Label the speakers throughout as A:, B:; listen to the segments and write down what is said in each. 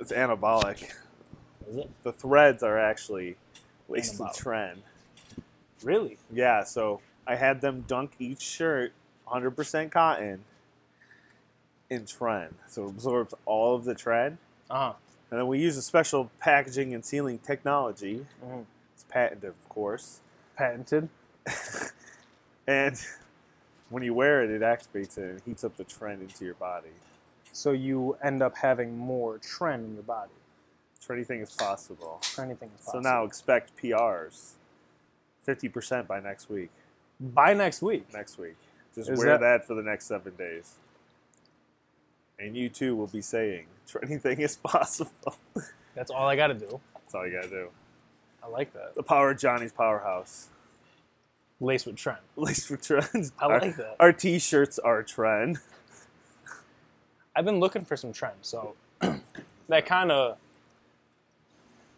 A: It's anabolic.
B: Is it
A: The threads are actually laced with
B: Anabolic.
A: trend.
B: really?
A: Yeah, so I had them dunk each shirt 100% cotton in trend. So it absorbs all of the tread.
B: Uh
A: And then we use a special packaging and sealing technology.
B: huh. Mhm.
A: It's patented, of course.
B: Patented.
A: And when you wear it, it activates it and heats up the trend into your body.
B: So you end up having more trend in your body.
A: So anything is possible.
B: For anything is
A: So
B: possible.
A: now expect PRs 50% by next week.
B: by next week.
A: Next week. Just
B: Is
A: wear
B: that-
A: that for the next seven days. And you too will be saying, anything is possible.
B: That's all I got to do.
A: That's all you gotta do.
B: I like that.
A: The power of Johnny's powerhouse.
B: Lace with trend.
A: At least for trends.
B: I
A: Our-
B: like that.
A: Our t-shirts are a trend.
B: I've been looking for some trend, so that kind of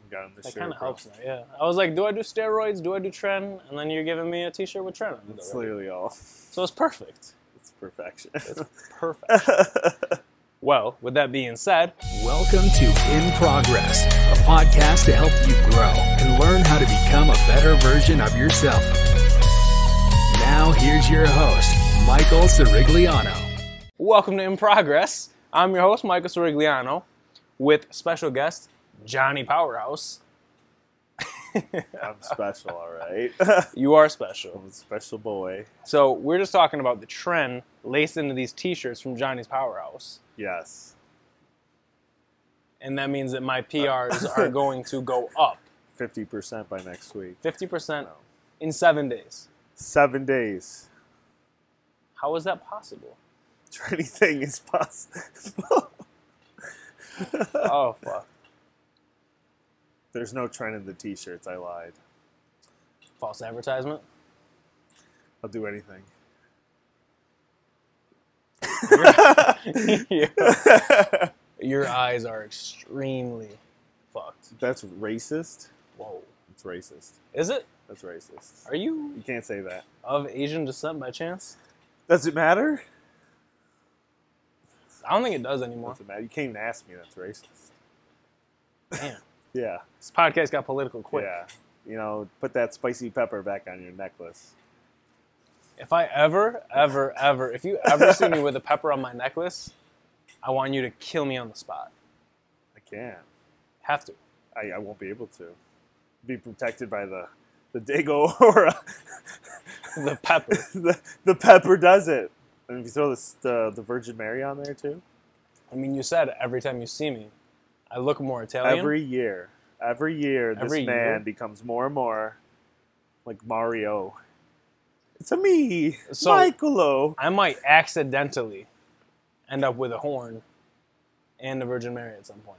A: Got him the
B: that
A: shirt,
B: kind of
A: bro.
B: helps me. Yeah. I was like, do I do steroids? Do I do trend? And then you're giving me a T-shirt with trend. on it
A: That's
B: already.
A: literally all.
B: So it's perfect.
A: It's perfection.
B: It's perfect. Well, with that being said,
C: Welcome to In Progress, a podcast to help you grow and learn how to become a better version of yourself. Now, here's your host, Michael Sirigliano.
B: welcome to In Progress. I'm your host Michael Sorigliano, with special guest Johnny Powerhouse.
A: I'm special, all right.
B: You are special.
A: I'm a special boy.
B: So we're just talking about the trend laced into these T-shirts from Johnny's Powerhouse.
A: Yes.
B: and that means that my PRs are going to go up
A: 50% by next week.
B: 50% in seven days.
A: Seven days.
B: How is that possible?
A: Anything is possible.
B: Oh, fuck.
A: There's no trend in the t-shirts. I lied.
B: False advertisement?
A: I'll do anything.
B: Your eyes are extremely fucked.
A: That's racist.
B: Whoa.
A: It's racist.
B: Is it?
A: That's racist.
B: Are you
A: You can't say that.
B: of Asian descent by chance?
A: Does it matter?
B: I don't think it does anymore.
A: Does it matter? You can't even ask me. That's racist.
B: Damn.
A: Yeah.
B: This podcast got political quick.
A: Yeah. You know, put that spicy pepper back on your necklace.
B: If I ever, ever, ever, if you ever see me with a pepper on my necklace, I want you to kill me on the spot.
A: I can't.
B: Have to.
A: I, I won't be able to. Be protected by the the Dago aura.
B: The pepper.
A: the, the pepper does it. And if you throw this, the the Virgin Mary on there too.
B: I mean, you said every time you see me, I look more Italian.
A: Every year, every year, this
B: Every
A: man
B: year?
A: becomes more and more like Mario. It's a me,
B: So-
A: Michaelo.
B: I might accidentally end up with a horn and a Virgin Mary at some point,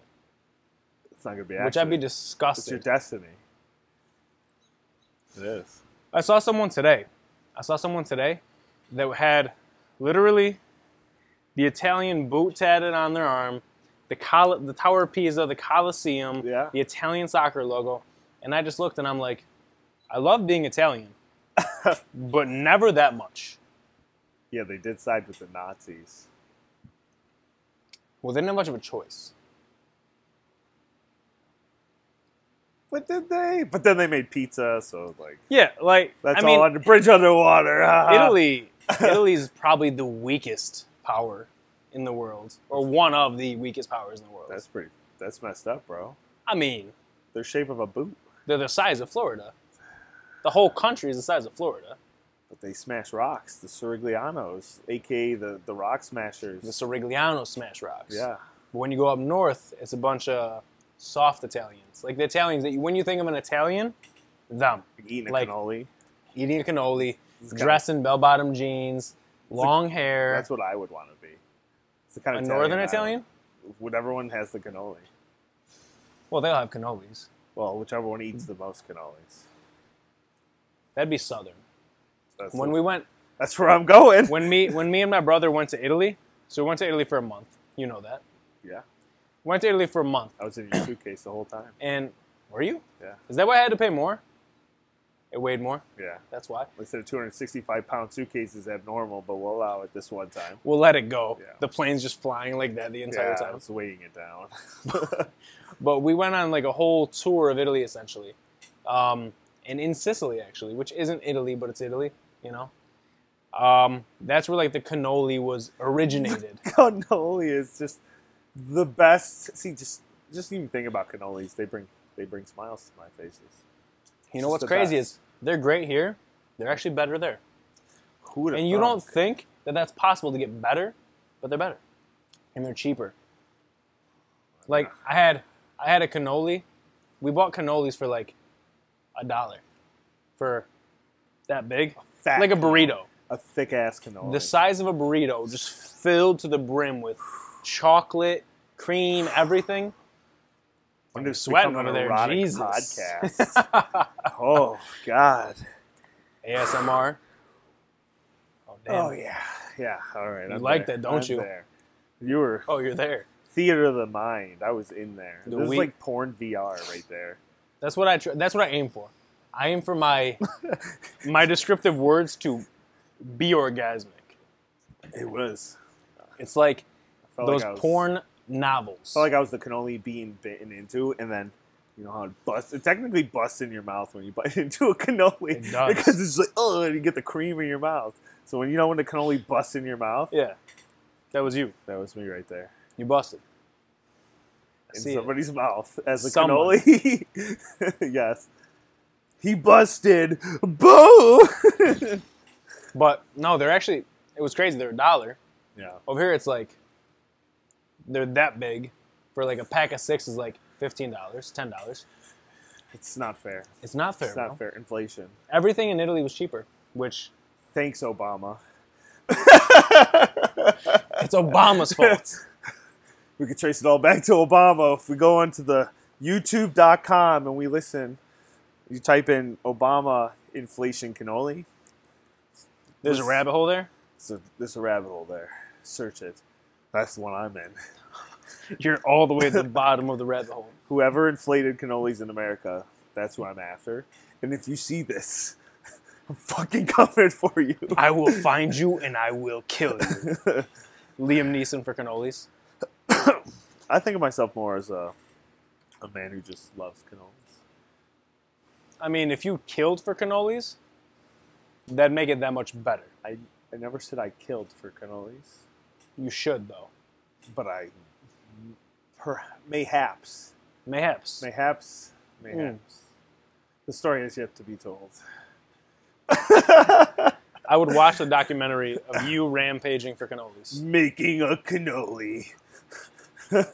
A: It's not gonna be
B: which I'd be
A: accident. It's your
B: disgusted.
A: destiny. It is.
B: I saw someone today. I saw someone today that had literally the Italian boot tatted on their arm, the Col- the Tower of Pisa, the Colosseum,
A: Yeah.
B: the Italian soccer logo, and I just looked and I'm like, I love being Italian, but never that much.
A: Yeah, they did side with the Nazis.
B: Well, they didn't have much of a choice.
A: But did they? But then they made pizza, so like
B: Yeah, like
A: that's
B: I mean,
A: all under bridge underwater.
B: Italy, Italy's probably the weakest power in the world, or one of the weakest powers in the world.
A: That's pretty. That's messed up, bro.
B: I mean,
A: They're shape of a boot,
B: they're the size of Florida. The whole country is the size of Florida.
A: but they smash rocks. The Suriglianos, aka the the Rock Smashers.
B: The Sorigliano smash rocks.
A: yeah.
B: But when you go up north, it's a bunch of soft Italians, like the Italians that you, when you think of an Italian, them
A: eating a
B: Like-
A: cannoli.
B: eating a cannoli,
A: It's kinda-
B: dressed in bell-bottom jeans, long hair.
A: That's what I would want to be. It's the kind
B: a
A: of
B: northern
A: I would-
B: Italian?
A: Would everyone has the cannoli?
B: Well, they'll have cannolis.
A: Well, whichever one eats the most cannolis.
B: That'd be southern.
A: That's
B: When
A: the-
B: we went
A: that's where I'm going.
B: when me when me and my brother went to Italy, so we went to Italy for a month. You know that.
A: yeah,
B: Went to Italy for a month,
A: I was in your suitcase the whole time.
B: and were you?
A: Yeah.
B: Is that why I had to pay more? It weighed more.
A: Yeah.
B: That's why.
A: They said a 265 pound suitcase is abnormal, but we'll allow it this one time.
B: We'll let it go.
A: Yeah.
B: The plane's just flying like that the entire
A: yeah,
B: time.
A: it's weighing it down.
B: But we went on like a whole tour of Italy essentially, um, and in Sicily actually, which isn't Italy but it's Italy. You know, um, that's where like the cannoli was originated.
A: cannoli is just the best. See, just just even think about cannolis. They bring they bring smiles to my faces.
B: You know
A: It's
B: what's
A: the
B: crazy
A: best.
B: is they're great here. They're actually better there.
A: Who would
B: And you don't think that that's possible to get better, but they're better, and they're cheaper. Like I had, I had a cannoli. We bought cannolis for like a dollar, for that big,
A: fat
B: like a
A: cannoli.
B: burrito,
A: a thick ass cannoli.
B: the size of a burrito, just filled to the brim with chocolate, cream, everything.
A: I'm just
B: sweating
A: becoming an
B: over there,
A: erotic
B: Jesus.
A: Podcast. oh God.
B: ASMR. Oh damn!
A: Oh yeah, yeah. All right.
B: You
A: I'm
B: like
A: there.
B: that, don't
A: I'm
B: you?
A: There. You were
B: oh you're there.
A: theater of the mind. I was in there.
B: The
A: this
B: we-
A: is like porn VR right there.
B: That's what I. Tr- that's what I aim for. I aim for my my descriptive words to be orgasmic.
A: It was.
B: It's like
A: I felt
B: those
A: like I was,
B: porn novels.
A: felt like I was the cannoli being bitten into, and then you know how it busts. It technically busts in your mouth when you bite into a cannoli
B: It does.
A: because it's like oh, and you get the cream in your mouth. So when you know when the cannoli busts in your mouth,
B: yeah, that was you.
A: that was me right there
B: You busted. I
A: in
B: see it.
A: somebody's mouth as a
B: Someone.
A: cannoli. yes, he busted. Boo.
B: But no, they're actually. It was crazy. They're a dollar
A: yeah,
B: over here. It's like they're that big for like a pack of six is like fifteen dollars, ten dollars.
A: it's not fair.
B: It's not fair.
A: It's not fair.
B: bro.
A: Inflation.
B: Everything in Italy was cheaper, which
A: Thanks, Obama.
B: it's Obama's fault.
A: we could trace it all back to Obama if we go onto the YouTube.com and we listen. You type in Obama inflation cannoli.
B: There's a rabbit hole there.
A: So there's a rabbit hole there. Search it. That's the one I'm in.
B: You're all the way at the bottom of the rabbit hole.
A: Whoever inflated cannolis in America, that's who I'm after. And if you see this, I'm fucking coming for you.
B: I will find you and I will kill you. Liam Neeson for cannolis.
A: I think of myself more as a a man who just loves cannolis.
B: I mean, if you killed for cannolis, that'd make it that much better.
A: I, I never said I killed for cannolis,
B: You should, though.
A: but I per, mayhaps Mayhaps,
B: Mayhaps.
A: mayhaps.
B: Hmm.
A: The story has yet to be told.
B: I would watch the documentary of you rampaging for cannolis.
A: Making a cannoli. and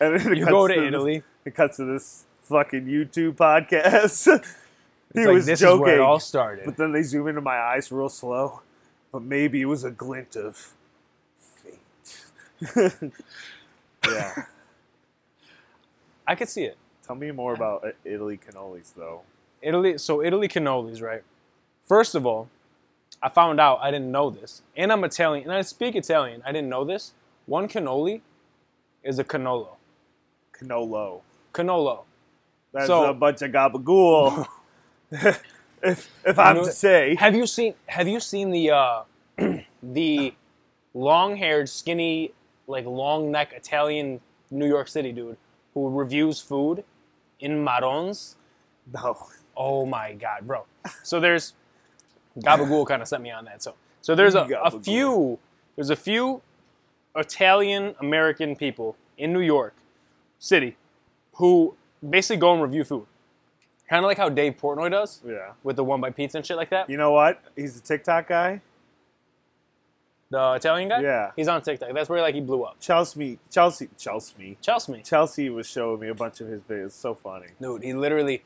A: then it
B: You
A: cuts
B: go to
A: this-
B: Italy.
A: it cuts to this fucking YouTube podcast. he
B: It's like,
A: was
B: this
A: joking,
B: is where it all started.
A: but then they zoom into my eyes real slow. But maybe it was a glint of fate. yeah.
B: I could see it.
A: Tell me more about uh, Italy cannolis, though.
B: Italy. So Italy cannolis, right? First of all, I found out I didn't know this, and I'm Italian, and I speak Italian. I didn't know this. One cannoli is a cannolo.
A: Cannolo.
B: Cannolo.
A: That's
B: So-
A: a bunch of gabagool. if if I'm
B: You know-
A: to say,
B: Have you seen Have you seen the uh, the long haired, skinny, like long neck Italian New York City dude who reviews food in Marons?
A: no.
B: Oh my god, bro! So there's Gabagool kind of sent me on that. So so there's a, a
A: Gabagool.
B: few there's a few Italian American people in New York City who basically go and review food, kind of like how Dave Portnoy does
A: Yeah.
B: with the one by pizza and shit like that.
A: You know what? He's a TikTok guy.
B: The Italian guy?
A: Yeah.
B: He's on TikTok. That's where like he blew up.
A: Chelsea, Chelsea, Chelsea,
B: Chelsea.
A: Chelsea was showing me a bunch of his videos. It's so funny.
B: Dude, he literally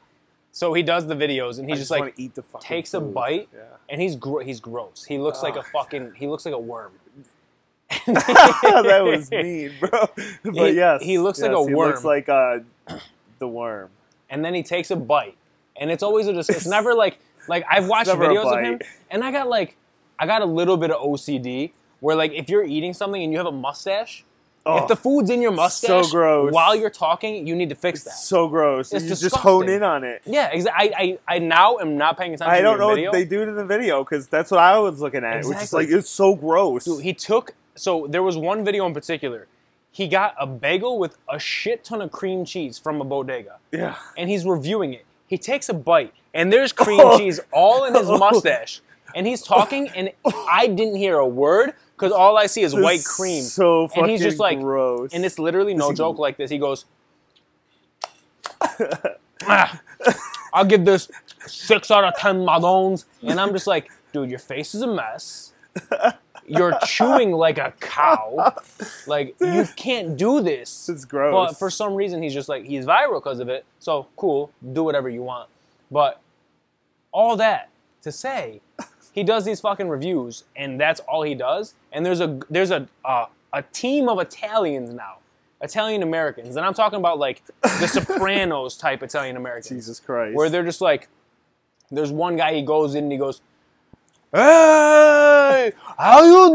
B: so he does the videos and
A: I
B: he's just like
A: wanna eat the fucking
B: takes a
A: food.
B: bite.
A: Yeah.
B: and he's gr- he's gross. He looks like a
A: Ugh.
B: fucking he looks like a worm.
A: that was mean, bro. But
B: He-
A: yes,
B: he looks like
A: yes,
B: a
A: he
B: worm.
A: looks like uh, the worm.
B: And then he takes a bite. And it's always a just it's never like like I've watched
A: never a
B: videos of him
A: bite.
B: and I got like I got a little bit of OCD where like if you're eating something and you have a mustache
A: Oh,
B: if the food's in your mustache
A: so gross.
B: while you're talking, you need to fix that.
A: so gross.
B: It's
A: you just hone
B: disgusting.
A: in on it.
B: yeah, exactly. I, I, I now am not paying attention
A: I don't
B: to your
A: know
B: video.
A: what they do to the video because that's what I was looking at, which is
B: Exactly.
A: like it's so gross.
B: Dude, he took so there was one video in particular. He got a bagel with a shit ton of cream cheese from a bodega,
A: yeah,
B: and he's reviewing it. He takes a bite, and there's cream
A: Oh.
B: cheese all in his mustache, and he's talking, and I didn't hear a word because all I see is
A: This
B: white
A: is
B: cream.
A: So fucking
B: and he's just like,
A: gross.
B: and it's literally no
A: he-
B: joke like this. He goes, "Ah, I'll give this six out of ten Madones. And I'm just like, dude, your face is a mess. You're chewing like a cow. Like, you can't do this.
A: it's gross.
B: But for some reason, he's just like, he's viral because of it. So cool, do whatever you want. But all that to say, he does these fucking reviews, and that's all he does. And there's a there's a uh, a team of Italians now, Italian Americans, and I'm talking about like the Sopranos type Italian Americans,
A: Jesus Christ,
B: where they're just like, there's one guy he goes in and he goes,
A: hey,
B: how you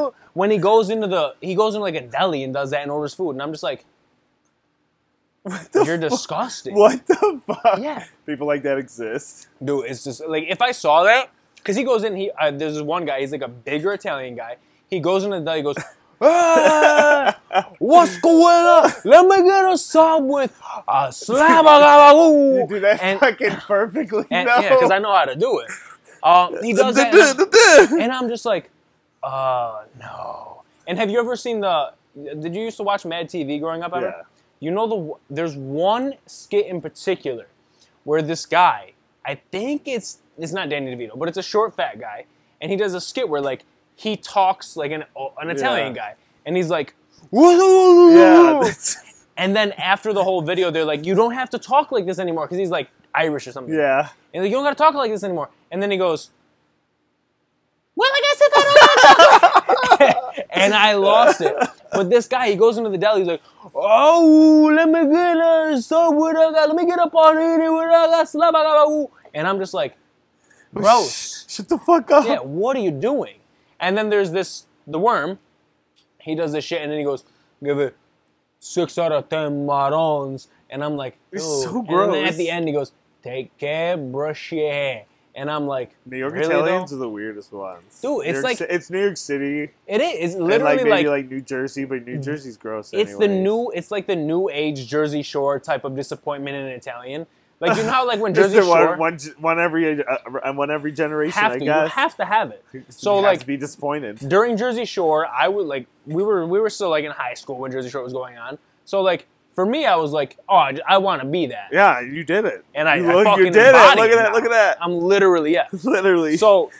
B: do? when he goes into the he goes into like a deli and does that and orders food, and I'm just like, you're disgusting.
A: what the fuck?
B: Yeah.
A: people like that exist.
B: Dude, it's just like if I saw that, because he goes in, he uh, there's this one guy, he's like a bigger Italian guy. He goes in and he goes, "Hey, "What's going on? Let me get a sub with a slabagabagoo."
A: You do that
B: and,
A: fucking perfectly.
B: and-
A: no.
B: yeah, because I know how to do it. Um, he does that, and, and I'm just like, "Uh, no." And have you ever seen the? Did you used to watch Mad TV growing up? Ever?
A: Yeah.
B: You know the there's one skit in particular where this guy, I think it's it's not Danny DeVito, but it's a short fat guy, and he does a skit where like he talks like an an Italian
A: Yeah.
B: guy, and he's like,
A: Yeah, that's-
B: and then after the whole video, they're like, you don't have to talk like this anymore, because he's like Irish or something.
A: yeah.
B: And like, you don't gotta talk like this anymore. And then he goes, Well, I guess if I don't And I lost it. But this guy, he goes into the deli, he's like, Oh, let me get a sub with a guy, let me get up on it with a guy, slap a guy, ooh." And I'm just like, Gross.
A: Shut the fuck up.
B: Yeah, what are you doing? And then there's this the worm. He does this shit and then he goes, give it six out of ten marrons. And I'm like,
A: It's
B: "Dude."
A: so
B: And then
A: gross.
B: at the end he goes, take care, brush your hair. And I'm like,
A: New York
B: really,
A: Italians
B: though?
A: are the weirdest ones.
B: Dude,
A: New
B: it's
A: York
B: like-
A: Ci- it's New York City.
B: It is. It's
A: and like
B: literally
A: maybe
B: like, Mm-hmm.
A: like, New Jersey, but New Jersey's gross.
B: it's the
A: anyways.
B: new it's like the new age Jersey Shore type of disappointment in Italian. Like you know how like when
A: Is
B: Jersey
A: there one-
B: Shore
A: one ge- one every uh, uh, one every generation?
B: have
A: I
B: to you
A: guess.
B: have to have it. So
A: You have
B: like
A: to be disappointed.
B: during Jersey Shore, I would like we were we were still like in high school when Jersey Shore was going on. So like for me, I was like, oh, I, want to be that,
A: Yeah, you did it.
B: and I,
A: you,
B: I
A: look-
B: fucking
A: you did it.
B: embody
A: Look at that.
B: now.
A: Look at that.
B: I'm literally yeah.
A: Literally.
B: So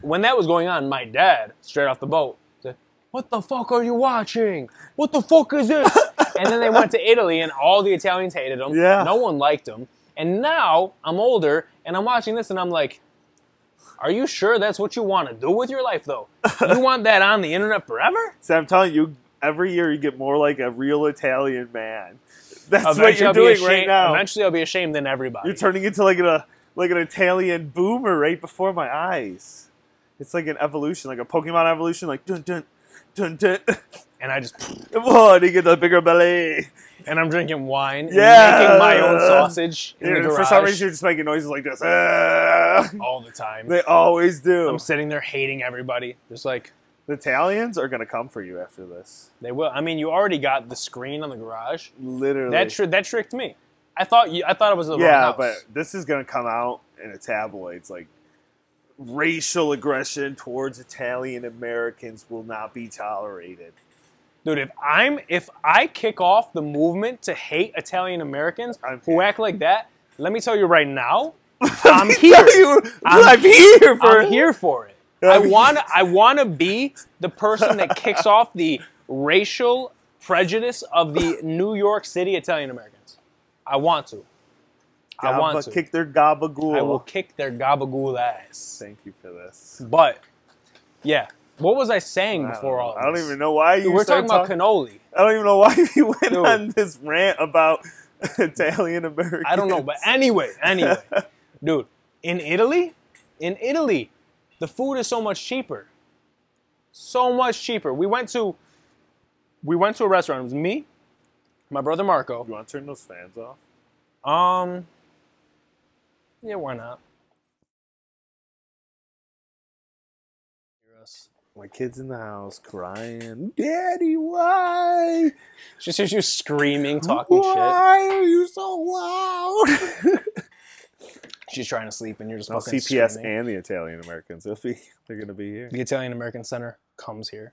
B: when that was going on, my dad, straight off the boat, said, What the fuck are you watching? What the fuck is this? and then they went to Italy and all the Italians hated them.
A: Yeah.
B: No one liked them. And now I'm older and I'm watching this and I'm like, are you sure that's what you want to do with your life though? You want that on the internet forever?
A: So I'm telling you, every year you get more like a real Italian man. That's what
B: Eventually
A: you're
B: I'll be
A: doing
B: ashamed-
A: right now.
B: Eventually I'll be ashamed than everybody.
A: You're turning into like a like an Italian boomer right before my eyes. It's like an evolution, like a Pokemon evolution, like dun dun dun dun.
B: and I just
A: Whoa, they get the bigger belly.
B: and I'm drinking wine
A: Yeah.
B: and making my own sausage in the
A: And
B: garage
A: for some reason, you're just making noises like this. Ah.
B: all the time.
A: They always do.
B: I'm sitting there hating everybody. Just like
A: the Italians are gonna come for you after this.
B: they will. I mean, you already got the screen on the garage.
A: Literally.
B: That tri- that tricked me. I thought you. I thought it was the
A: yeah,
B: wrong house.
A: but this is gonna come out in the tabloids like racial aggression towards Italian Americans will not be tolerated.
B: dude, if I'm if I kick off the movement to hate Italian Americans
A: I'm
B: who
A: here.
B: act like that, let me tell you right now,
A: Let
B: I'm
A: me
B: here.
A: tell you,
B: I'm-
A: I'm here for
B: I'm here for it. I
A: I'm here.
B: want I want to be the person that kicks off the racial prejudice of the New York City Italian Americans. I want to. I want to.
A: kick their gabagool.
B: I will kick their gabagool ass.
A: Thank you for this.
B: But yeah, what was I
A: I
B: saying
A: don't
B: before
A: know.
B: all of
A: I don't
B: this?
A: even know why you
B: Dude, we're talking
A: started
B: about
A: talking-
B: cannoli.
A: I don't even know why you went
B: Dude.
A: on this rant about Italian Americans.
B: I don't know, but anyway, anyway, dude, in Italy, in Italy, the food is so much cheaper, so much cheaper. We went to we went to a restaurant. It was me, my brother Marco.
A: You want to turn those fans off?
B: Um, yeah, why not? Hear us.
A: My kid's in the house crying. Daddy, why?
B: She says you're screaming, talking shit.
A: why are you so loud?
B: She's trying to sleep, and you're just
A: Well,
B: fucking
A: CPS
B: screaming.
A: and the Italian Americans. They'll be they're gonna be here.
B: the Italian American Center comes here.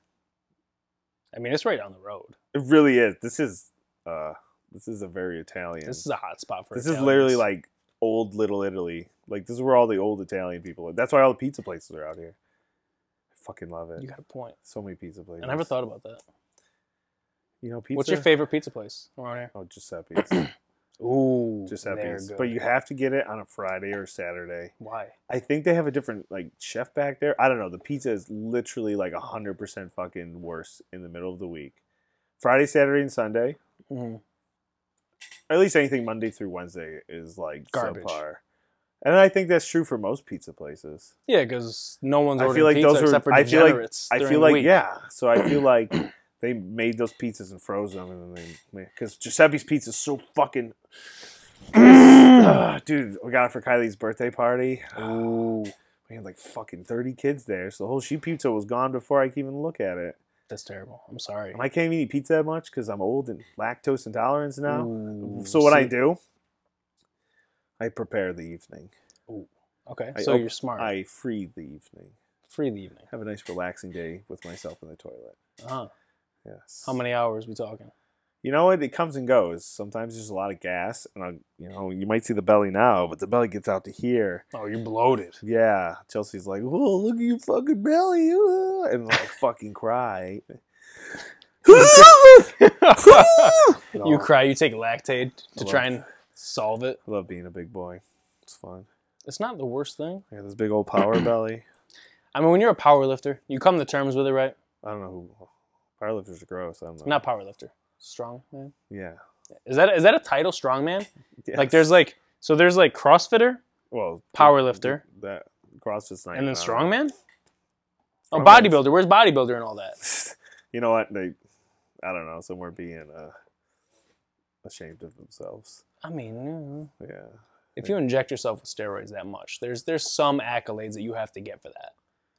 B: I mean, it's right down the road.
A: It really is. This is uh this is a very Italian.
B: This is a hot spot for.
A: this is
B: Italians.
A: literally like old little Italy. Like this is where all the old Italian people live. That's why all the pizza places are out here. I fucking love it.
B: you got a point.
A: so many pizza places.
B: I never thought about that.
A: you know pizza.
B: What's your favorite pizza place around here?
A: Oh, Giuseppe's.
B: Ooh,
A: Giuseppe's. But you have to get it on a Friday or Saturday.
B: why?
A: I think they have a different like chef back there. I don't know. The pizza is literally like hundred percent fucking worse in the middle of the week. Friday, Saturday, and Sunday. Mm-hmm. Or at least anything Monday through Wednesday is like
B: Garbage.
A: subpar. And I think that's true for most pizza places.
B: Yeah, because no one's
A: I
B: ordering
A: feel like
B: pizza
A: those are-
B: except for
A: I feel like-
B: degenerates.
A: I
B: during
A: feel
B: the
A: like
B: week.
A: yeah. So I feel like they made those pizzas and froze them, and then they because Giuseppe's pizza is so fucking. Ugh, dude, we got it for Kylie's birthday party.
B: Ooh,
A: We had like fucking thirty kids there, so the whole sheet pizza was gone before I could even look at it.
B: that's terrible. I'm sorry.
A: And I can't even eat pizza that much because I'm old and lactose intolerance now.
B: Ooh,
A: so what I
B: see-
A: do, I prepare the evening.
B: Okay,
A: I
B: so
A: op-
B: you're smart.
A: I free the evening.
B: Free the evening.
A: Have a nice relaxing day with myself in the toilet.
B: Uh-huh.
A: Yes.
B: How many hours we talking?
A: You know what? It comes and goes. Sometimes there's a lot of gas, and I, you know, you might see the belly now, but the belly gets out to here.
B: Oh, you're bloated.
A: Yeah, Chelsea's like, "Oh, look at your fucking belly," ah," and like fucking cry. And
B: you
A: I'll-
B: cry. You take lactate to
A: Hello.
B: try and solve it.
A: I love being a big boy. It's fun.
B: It's not the worst thing.
A: I got this big old power belly.
B: I mean, when you're a power lifter, you come to terms with it, right?
A: I don't know who. Powerlifters are gross. I don't know.
B: Not power lifter, strong man.
A: yeah.
B: Is that is that a title, strong man?
A: Yeah.
B: Like there's like so there's like CrossFitter,
A: well
B: powerlifter.
A: that CrossFit's not
B: and then
A: even on.
B: strongman. Oh,
A: Strongman's-
B: bodybuilder. Where's bodybuilder and all that?
A: you know what? They, I don't know. Somewhere being uh, ashamed of themselves.
B: I mean, mm,
A: Yeah.
B: if you inject yourself with steroids that much, there's there's some accolades that you have to get for that.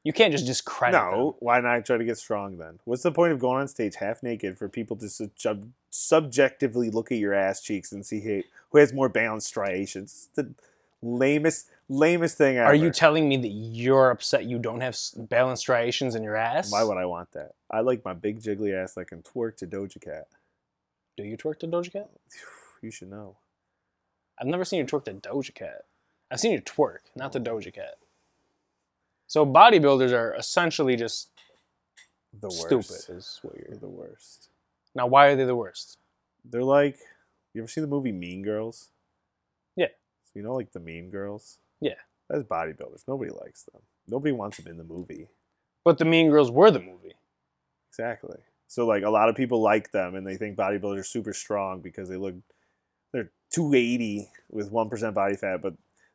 B: You can't just discredit.
A: No, why not try to get strong then? What's the point of going on stage half naked for people to sub- subjectively look at your ass cheeks and see who, who has more balanced striations? It's the lamest, lamest thing
B: them.
A: ever.
B: Are you telling me that you're upset you don't have s- balanced striations in your ass?
A: why would I want that? I like my big jiggly ass that can twerk to Doja Cat.
B: do you twerk to Doja Cat?
A: You should know.
B: I've never seen you twerk to Doja Cat. I've seen you twerk, not to Doja Cat. So bodybuilders are essentially just
A: The worst.
B: stupid. Is what
A: They're
B: you're.
A: the worst.
B: Now, why are they the worst?
A: They're like, you ever seen the movie Mean Girls?
B: Yeah.
A: So you know, like the Mean Girls.
B: Yeah.
A: That's bodybuilders. Nobody likes them. Nobody wants them in the movie.
B: But the Mean Girls were the movie.
A: Exactly. So like a lot of people like them and they think bodybuilders are super strong because they look they're 280 with 1% body fat but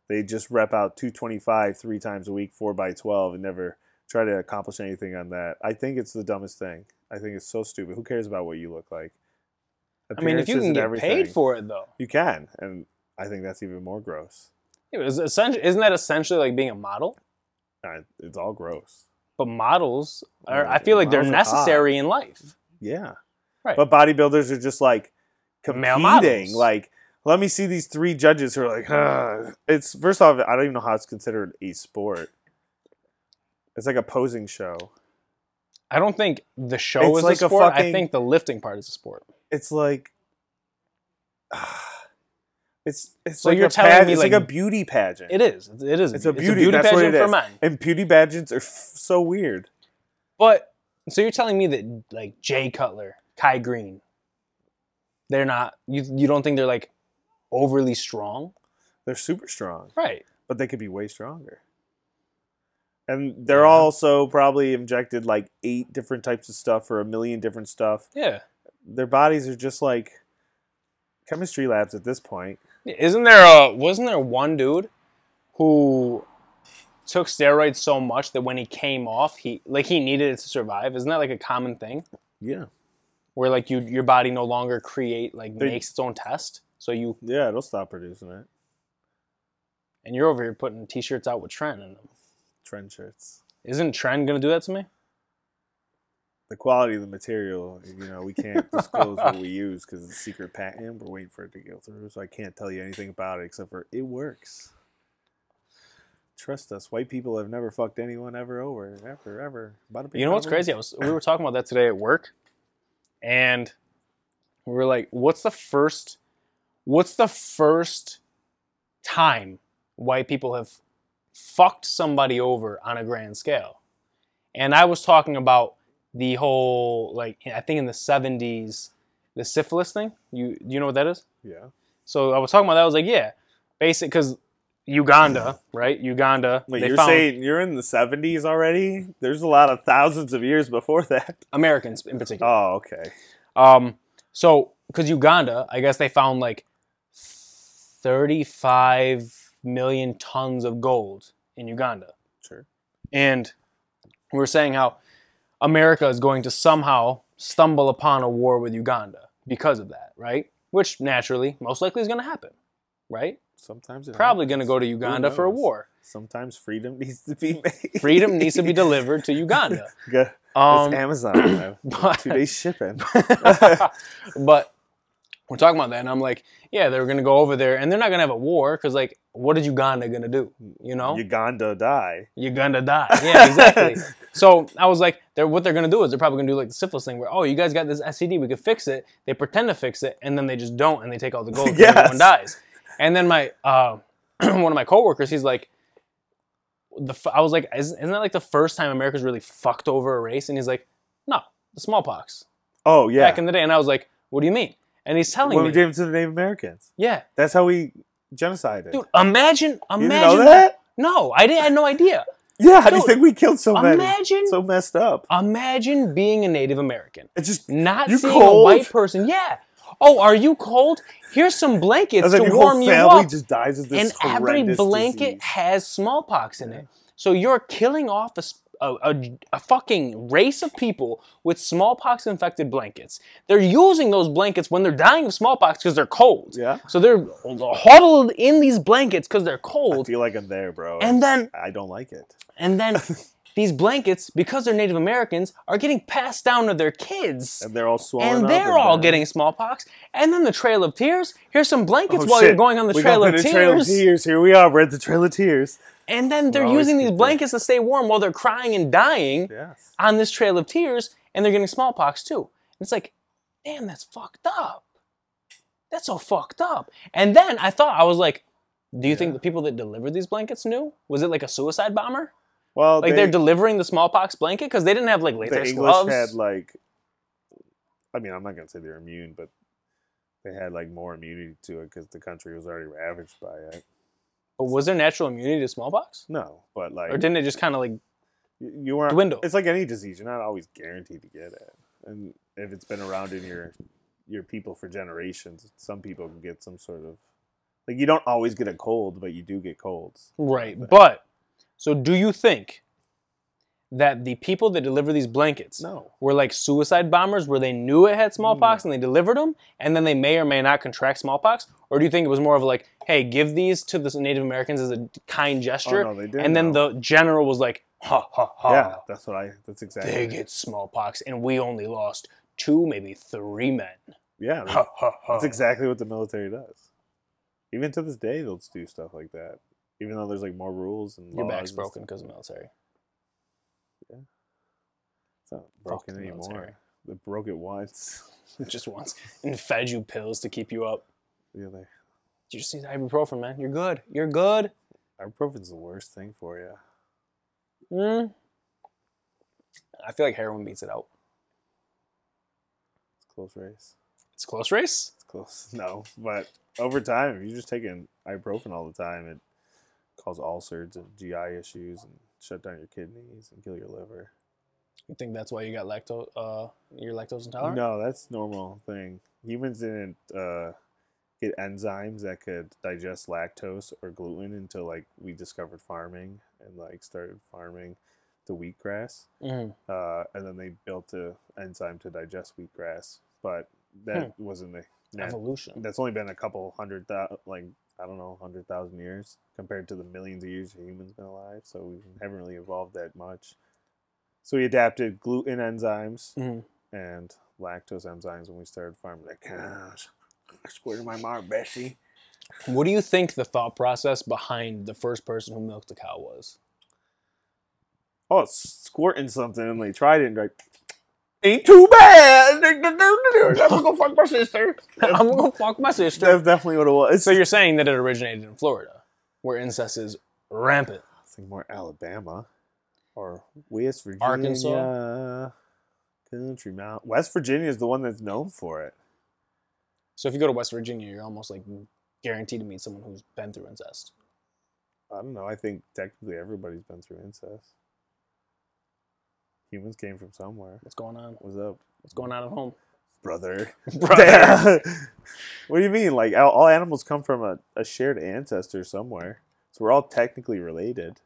A: they just rep out 225 three times a week 4 by 12 and never try to accomplish anything on that. I think it's the dumbest thing. I think it's so stupid. Who cares about what you look like?
B: I mean, if
A: Appearances
B: you can
A: and
B: get paid
A: everything.
B: for it, though,
A: you can and I think that's even more gross.
B: Yeah, but is essentially, isn't that essentially like being a model?
A: Uh, It's all gross.
B: But models, are,
A: Yeah,
B: I feel like they're
A: Mm, models are hot.
B: necessary in life.
A: Yeah.
B: Right.
A: But bodybuilders are just like
B: Male
A: competing.
B: models.
A: Like, let me see these three judges who are like, "Ugh." it's first off, I don't even know how it's considered a sport. It's like a posing show.
B: I don't think the show
A: It's
B: is
A: like
B: a
A: a
B: sport. I
A: fucking-
B: think the lifting part is a sport.
A: It's like, ah, it's it's
B: So
A: like
B: you're
A: a
B: telling
A: page-
B: me,
A: it's like,
B: like,
A: a beauty pageant.
B: It is. It is.
A: It's a beauty. that's what
B: pageant
A: it is.
B: for men.
A: And beauty pageants are f- so weird.
B: But so you're telling me that like Jay Cutler, Kai Green, they're not. You you don't think they're like overly strong?
A: They're super strong.
B: Right.
A: but they could be way stronger. And they're also probably injected like eight different types of stuff or a million different stuff.
B: Yeah.
A: Their bodies are just like chemistry labs at this point.
B: Isn't there a wasn't there one dude who took steroids so much that when he came off he like he needed it to survive? Isn't that like a common thing?
A: Yeah.
B: where like you your body no longer create like
A: They-
B: makes its own test. So you
A: Yeah, it'll stop producing it.
B: and you're over here putting t-shirts out with Trent in them.
A: Trend shirts.
B: Isn't Trent gonna do that to me?
A: The quality of the material, you know, we can't disclose what we use because it's secret patent. We're waiting for it to go through, so I can't tell you anything about it except for it works. Trust us, white people have never fucked anyone ever over, ever, ever. Bada bing,
B: You know
A: bada
B: what's
A: boom.
B: crazy? I was we were talking about that today at work, and we were like, "What's the first? What's the first time white people have fucked somebody over on a grand scale?" And I was talking about the whole like I think in the seventies, the syphilis thing. You do you know what that is?
A: Yeah,
B: So I was talking about that. I was like, "Yeah, basic," because Uganda, right? Uganda.
A: Wait,
B: they
A: you're
B: found
A: saying you're in the '70s already? There's a lot of thousands of years before that.
B: Americans in particular.
A: Oh, okay.
B: Um, so because Uganda, I guess they found like 35 million tons of gold in Uganda,
A: Sure.
B: and we we're saying how America is going to somehow stumble upon a war with Uganda because of that, right? Which naturally, most likely, is going to happen, right?
A: Sometimes it
B: Probably
A: happens.
B: going to go to
A: Who
B: Uganda for a
A: knows?
B: war.
A: Sometimes freedom needs to be made.
B: Freedom needs to be delivered to Uganda.
A: Go- it's
B: Um,
A: Amazon.
B: but-
A: Two days shipping.
B: but we're talking about that, and I'm like, yeah, they're gonna go over there, and they're not gonna have a war because, like, what is Uganda gonna do? You know,
A: Uganda die.
B: Uganda die. Yeah, exactly. so I was like, they're what they're gonna do is they're probably gonna do like the syphilis thing, where oh, you guys got this STD, we could fix it. They pretend to fix it, and then they just don't, and they take all the gold, and
A: Yes.
B: everyone dies. And then my uh, one of my coworkers, he's like. The, f- I was like, isn't isn't that like the first time America's really fucked over a race? And he's like, no, the smallpox
A: Oh yeah.
B: back in the day. And I was like, what do you mean? And he's telling
A: when we
B: me,
A: gave it to the Native Americans.
B: yeah,
A: That's how we genocided.
B: dude, imagine, imagine.
A: you didn't know that?
B: No, I didn't. I had no idea.
A: Yeah. How do you
B: Dude,
A: think we killed so many?
B: imagine,
A: So messed up.
B: imagine being a Native American,
A: It just.
B: not
A: You
B: seeing a
A: cold?
B: white person. Yeah. Oh, are you cold? Here's some blankets
A: It's like
B: to
A: your
B: warm
A: whole
B: you
A: family
B: up.
A: just dies of this
B: And every
A: horrendous
B: blanket
A: disease.
B: has smallpox in it. So you're killing off a, s- a- a- a fucking race of people with smallpox infected blankets. They're using those blankets when they're dying of smallpox because they're cold.
A: Yeah.
B: So they're huddled in these blankets because they're
A: I
B: cold.
A: feel like I'm there, bro.
B: And then
A: I don't like it.
B: and then these blankets, because they're Native Americans, are getting passed down to their kids.
A: And they're all swollen.
B: And
A: up
B: they're all
A: down.
B: getting smallpox. And then the Trail of Tears. Here's some blankets
A: Oh,
B: while
A: shit.
B: you're going on the
A: We
B: Trail
A: got
B: of,
A: the
B: tears.
A: Trail of Tears. Here we are. We're at the Trail of Tears.
B: And then they're
A: always
B: using these
A: people.
B: blankets to stay warm while they're crying and dying
A: Yes.
B: on this Trail of Tears. And they're getting smallpox too. And it's like, damn, that's fucked up. That's so fucked up. And then I thought, I was like, do you think
A: Yeah.
B: the people that delivered these blankets knew? Was it like a suicide bomber?
A: Well,
B: Like
A: they,
B: they, are delivering the smallpox blanket because they didn't have like
A: the
B: latex
A: English
B: gloves.
A: had like, I mean, I'm not gonna say they're immune, but they had like more immunity to it because the country was already ravaged by it.
B: But was there natural immunity to smallpox,
A: No, but like
B: or didn't it just kind of like?
A: you, you weren't.
B: dwindle?
A: It's like any disease; you're not always guaranteed to get it, and if it's been around in your your people for generations, some people can get some sort of like you don't always get a cold, but you do get colds.
B: Right,
A: But-
B: but so do you think that the people that deliver these blankets
A: No,
B: were like suicide bombers, where they knew it had smallpox
A: Mm.
B: and they delivered them, and then they may or may not contract smallpox, or do you think it was more of like, hey, give these to the Native Americans as a kind gesture,
A: Oh, no, they did,
B: and then
A: no.
B: the Oh. general was like, ha ha ha,
A: yeah, that's what I. That's exactly.
B: they get smallpox, and we only lost two, maybe three men.
A: Yeah,
B: Ha ha ha.
A: That's exactly what the military does. Even to this day, they'll do stuff like that. Even though there's like more rules and laws.
B: Your back's
A: and
B: broken
A: stuff.
B: because of military.
A: It's not broken
B: the
A: anymore.
B: military.
A: They broke it once.
B: just once and fed you pills to keep you up.
A: yeah, they,
B: You just need ibuprofen, man. You're good. You're good.
A: ibuprofen's the worst thing for you.
B: Mm. I feel like heroin beats it out.
A: It's a close race.
B: It's a close race.
A: It's close. No, but over time, if you're just taking ibuprofen all the time, it causes ulcers and GI issues and shut down your kidneys and kill your liver.
B: You think that's why you got lactose? Uh, you're lactose intolerant.
A: No, that's normal thing. Humans didn't uh, get enzymes that could digest lactose or gluten until like we discovered farming and like started farming the wheatgrass,
B: Mhm.
A: uh, and then they built a enzyme to digest wheatgrass but that wasn't the that-
B: Evolution.
A: that's only been a couple hundred thousand, like I don't know, hundred thousand years compared to the millions of years humans been alive. So we haven't really evolved that much. So we adapted gluten enzymes
B: Mhm.
A: and lactose enzymes when we started farming. Like, gosh, I squared my mark, Bessie.
B: What do you think the thought process behind the first person who milked a cow was?
A: Oh, it's squirting something, and they tried it and like, ain't too bad. I'm gonna fuck my sister.
B: I'm gonna fuck my sister.
A: That's definitely what it was.
B: So you're saying that it originated in Florida, where incest is rampant.
A: I think more Alabama or West Virginia.
B: Arkansas?
A: Country Mount. West Virginia is the one that's known for it.
B: So if you go to West Virginia, you're almost like guaranteed to meet someone who's been through incest.
A: I don't know. I think technically everybody's been through incest. Humans came from somewhere.
B: What's going on?
A: What's up,
B: What's going on at home?
A: brother?
B: Brother.
A: what do you mean? Like all, all animals come from a, a shared ancestor somewhere. So we're all technically related.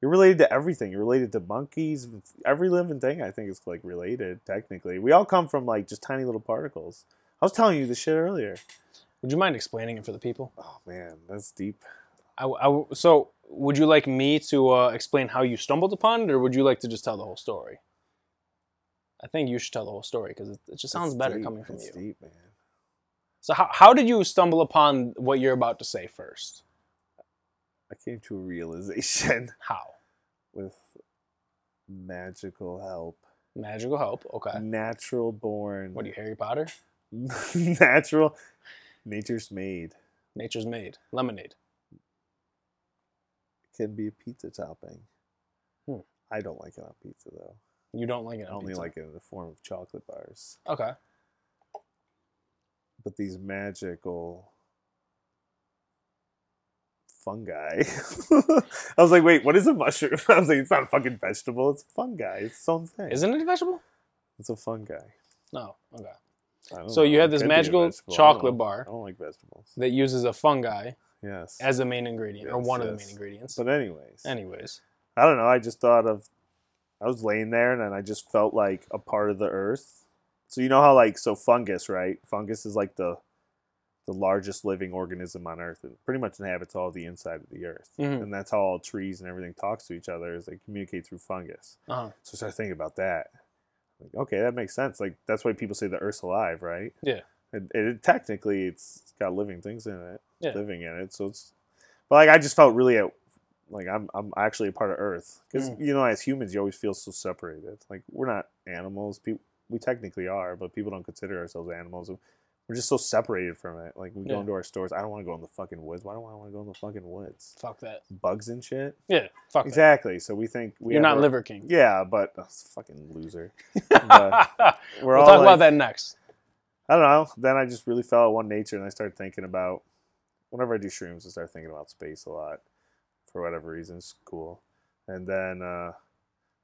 A: You're related to everything. You're related to monkeys. Every living thing I think is like related technically. We all come from like just tiny little particles. I was telling you this shit earlier.
B: Would you mind explaining it for the people?
A: Oh man, that's deep.
B: I w- I w- so would you like me to uh, explain how you stumbled upon it, or would you like to just tell the whole story? I think you should tell the whole story because it, it just sounds
A: That's
B: better
A: deep.
B: coming from
A: That's
B: you.
A: deep, man.
B: So how, how did you stumble upon what you're about to say first?
A: I came to a realization
B: How?
A: with magical help.
B: Magical help.
A: Mm.
B: Okay.
A: Natural born.
B: Uh, What are you, Harry Potter?
A: natural nature's made
B: Nature's made. Lemonade.
A: can be a pizza topping
B: Hmm.
A: i don't like it on pizza though
B: You don't like it.
A: i
B: on
A: only
B: pizza.
A: like it in the form of chocolate bars
B: Okay.
A: but these magical fungi i was like wait what is a mushroom i was like it's not a fucking vegetable it's fungi it's its own thing
B: Isn't it a vegetable?
A: it's a fungi
B: No. Okay.
A: I don't
B: So you
A: know. Oh, It
B: had this
A: could be a
B: magical
A: vegetable. Oh. I don't
B: chocolate
A: know. i
B: bar
A: don't like vegetables
B: that uses a fungi
A: yes
B: as the main ingredient or
A: Yes,
B: one of the
A: yes.
B: main ingredients.
A: but anyways
B: anyways,
A: I don't know. I just thought of, I was laying there and then I just felt like a part of the earth. So you know how like so fungus, right? Fungus is like the, the largest living organism on earth. It pretty much inhabits all the inside of the earth,
B: Mhm.
A: and that's how all trees and everything talks to each other is they communicate through fungus.
B: uh-huh.
A: So I started thinking about that. Like, okay, that makes sense. Like that's why people say the Earth's alive, right?
B: Yeah.
A: It, it technically it's got living things in it,
B: Yeah.
A: living in it. So it's, but like I just felt really at, like I'm I'm actually a part of Earth because
B: Mm.
A: you know as humans you always feel so separated. Like we're not animals. People we technically are, but people don't consider ourselves animals. We're just so separated from it. Like we
B: Yeah.
A: go into our stores. I don't want to go in the fucking woods. Why do I want to go in the fucking woods?
B: fuck that.
A: Bugs and shit.
B: Yeah, fuck that.
A: Exactly. So we think we
B: You're
A: have
B: not
A: our-
B: Liver King.
A: yeah, but oh, fucking loser. But we're
B: we'll
A: all
B: talk
A: like-
B: about that next.
A: I don't know. Then I just really fell at one nature, and I started thinking about whenever I do shrooms, I start thinking about space a lot for whatever reason. It's cool. And then, uh,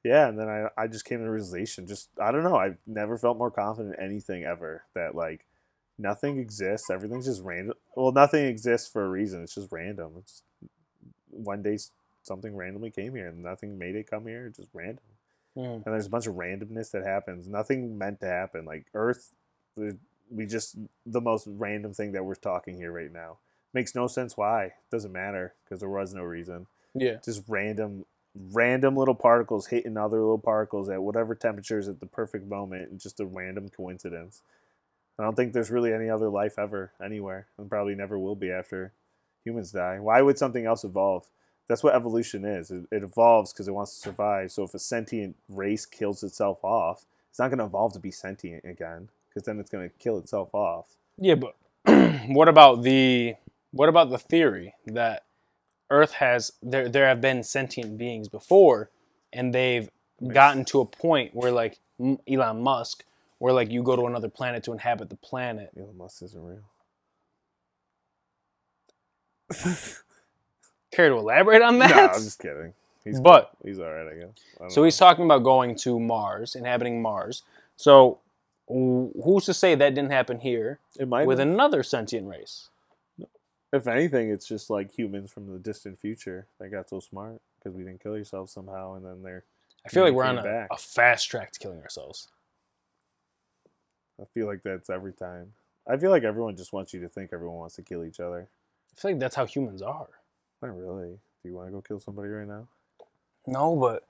A: yeah, and then I I just came to the realization. Just I don't know. I've never felt more confident in anything ever. That like nothing exists. Everything's just random. Well, nothing exists for a reason. It's just random. It's one day s- something randomly came here, and nothing made it come here. It's just random
B: Mhm.
A: and there's a bunch of randomness that happens. Nothing meant to happen. Like Earth, the- we just the most random thing that we're talking here right now makes no sense. Why? Doesn't matter because there was no reason.
B: Yeah.
A: Just random, random little particles hitting other little particles at whatever temperatures at the perfect moment, and just a random coincidence. I don't think there's really any other life ever anywhere, and probably never will be after humans die. Why would something else evolve? That's what evolution is. It, it evolves because it wants to survive. So if a sentient race kills itself off, it's not going to evolve to be sentient again because then it's going to kill itself off.
B: Yeah, but what about the what about the theory that Earth has there there have been sentient beings before, and they've gotten to a point where like M- Elon Musk, where like you go to another planet to inhabit the planet.
A: Elon Musk isn't real.
B: Care to elaborate on
A: No,
B: that?
A: I'm just kidding. He's
B: But-
A: cool. he's all right, I guess. I don't
B: so he's talking about going to Mars, inhabiting Mars. So wh- who's to say that didn't happen here
A: know. it might
B: with
A: have.
B: another sentient race?
A: if anything, it's just like humans from the distant future. They got so smart because we didn't kill ourselves somehow, and then they're
B: I feel
A: Yeah,
B: like we're on
A: came
B: a,
A: back.
B: a fast track to killing ourselves.
A: I feel like that's every time. I feel like everyone just wants you to think everyone wants to kill each other.
B: I feel like that's how humans are.
A: Not really. Do you want to go kill somebody right now?
B: No, but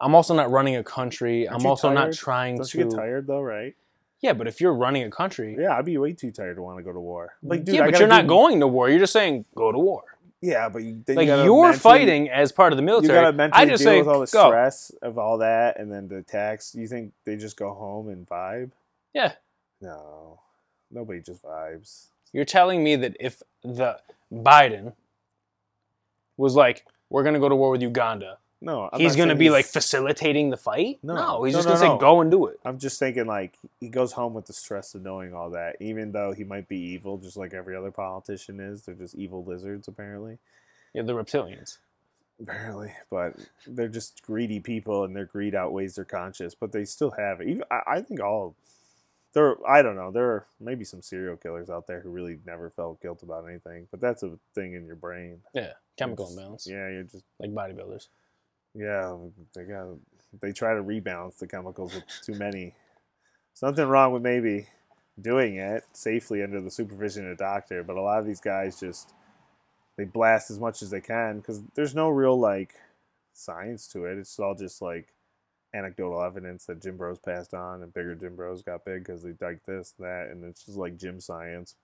B: I'm also not running a country.
A: Aren't
B: I'm
A: you
B: also not
A: tired?
B: trying
A: Don't
B: to.
A: you get tired though, right?
B: Yeah, but if you're running a country,
A: Yeah, I'd be way too tired to want to go to war. Like, dude,
B: yeah,
A: I
B: but
A: gotta
B: you're not
A: do-
B: going to war. You're just saying go to war.
A: Yeah, but you, then
B: Like
A: you
B: you
A: gotta
B: are
A: mentally-
B: fighting as part of the military.
A: You gotta mentally
B: I just
A: deal
B: say
A: with all the
B: go.
A: stress of all that, and then the tax. You think they just go home and vibe?
B: Yeah.
A: No, nobody just vibes.
B: You're telling me that if the Biden was like, we're gonna go to war with Uganda,
A: No, I'm
B: he's
A: not
B: gonna
A: saying
B: be like
A: he's-
B: facilitating the fight?
A: No.
B: he's
A: No,
B: just
A: no,
B: gonna
A: no.
B: say go and do it.
A: I'm just thinking like he goes home with the stress of knowing all that, even though he might be evil, just like every other politician is. They're just evil lizards, apparently.
B: Yeah, the reptilians.
A: Apparently, but they're just greedy people, and their greed outweighs their conscience. But they still have it. Even I, I think all there. I don't know. There are maybe some serial killers out there who really never felt guilt about anything. But that's a thing in your brain.
B: Yeah, chemical
A: It's-
B: imbalance.
A: Yeah, you're just
B: Like bodybuilders.
A: yeah. They got. They try to rebalance the chemicals with too many. Something wrong with maybe doing it safely under the supervision of a doctor. But a lot of these guys just they blast as much as they can because there's no real like science to it. It's all just like anecdotal evidence that Jim Bros passed on and bigger Jim Bros got big because they dug this that and it's just like gym science.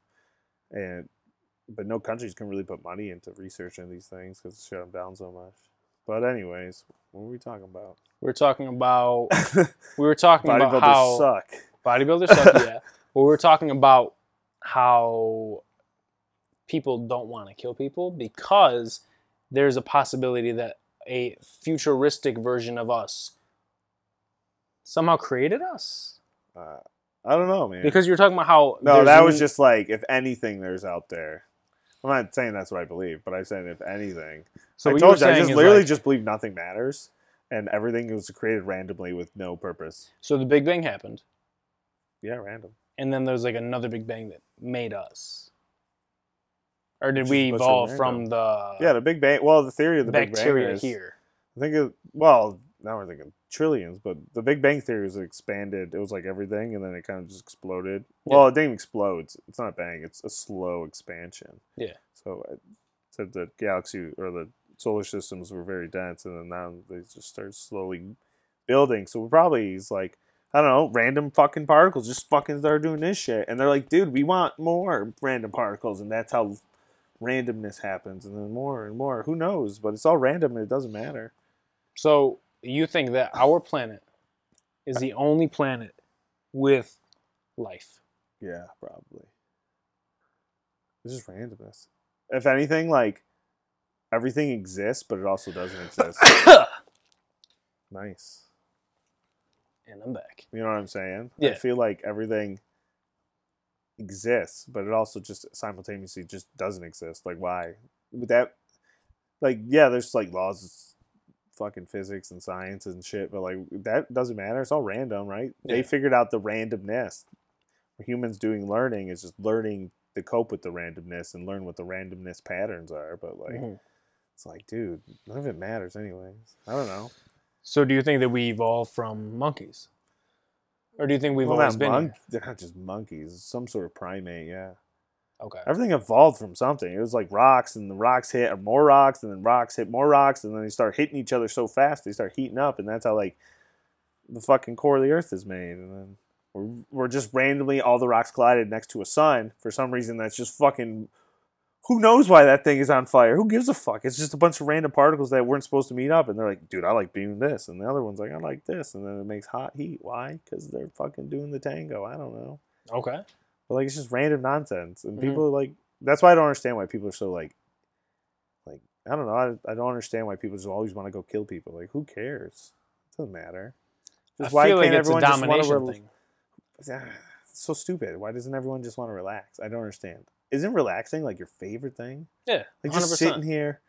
A: And but no countries can really put money into researching these things because it's shut them down so much. But anyways, what were we talking about?
B: We were talking about we were talking about
A: Bodybuilders
B: how
A: suck.
B: bodybuilders suck, yeah. Well, we were talking about how people don't want to kill people because there's a possibility that a futuristic version of us somehow created us.
A: Uh, I don't know, man.
B: Because you were talking about how
A: No,
B: there's
A: that
B: n-
A: was just like if anything there's out there. I'm not saying that's what I believe, but I'm saying if anything.
B: so
A: I
B: what
A: told
B: you,
A: you,
B: were
A: I
B: saying
A: just
B: is,
A: literally
B: like,
A: just believe nothing matters, and everything was created randomly with no purpose.
B: so the Big Bang happened,
A: Yeah, random.
B: and then there's like another Big Bang that made us. Or did
A: Which
B: we
A: is what's
B: evolve
A: in
B: from the
A: yeah, the Big Bang. Well, the theory of the Big
B: bacteria
A: Bang is,
B: here?
A: I think it, well, now we're thinking trillions, but the Big Bang theory was expanded. It was like everything, and then it kind of just exploded. Well, it didn't explode. It's- It's not a bang. It's a slow expansion.
B: Yeah.
A: So I said the galaxy or the solar systems were very dense, and then now they just start slowly building. So we're probably it's like I don't know, random fucking particles just fucking start doing this shit, and they're like, dude, we want more random particles, and that's how randomness happens, and then more and more. Who knows? But it's all random, and it doesn't matter.
B: So you think that our planet is the only planet with life?
A: Yeah, probably. It's just randomness. If anything, like everything exists, but it also doesn't exist.
B: and
A: nice.
B: I'm back.
A: You know what I'm saying? I
B: Yeah.
A: feel like everything exists, but it also just simultaneously just doesn't exist. Like why? Would that like yeah, there's like laws of fucking physics and science and shit, but like that doesn't matter. It's all random, right? They
B: Yeah.
A: figured out the randomness. What humans doing learning is just learning to cope with the randomness and learn what the randomness patterns are, but like
B: Mhm.
A: it's like, dude, none of it matters anyways. I don't know.
B: So do you think that we evolved from monkeys? Or do you think we've
A: Well,
B: always
A: not
B: been
A: monk-
B: here?
A: they're not just monkeys, it's some sort of primate, yeah.
B: Okay.
A: everything evolved from something. It was like rocks, and the rocks hit more rocks, and then rocks hit more rocks, and then they start hitting each other so fast they start heating up, and that's how like the fucking core of the Earth is made. And then we're, we're just randomly all the rocks collided next to a sun for some reason that's just fucking. Who knows why that thing is on fire? Who gives a fuck? It's just a bunch of random particles that weren't supposed to meet up, and they're like, "Dude, I like being this," and the other one's like, "I like this," and then it makes hot heat. Why? Because they're fucking doing the tango. I don't know.
B: Okay.
A: But like it's just random nonsense, and
B: Mhm.
A: people are like that's why I don't understand why people are so like, like I don't know. I, I don't understand why people just always want to go kill people. Like who cares? It doesn't matter. Just
B: I feel like it's a
A: just wanna
B: domination
A: rel-
B: thing.
A: It's so stupid. Why doesn't everyone just want to relax? I don't understand. Isn't relaxing like your favorite thing?
B: Yeah.
A: Like
B: 100%.
A: just sitting here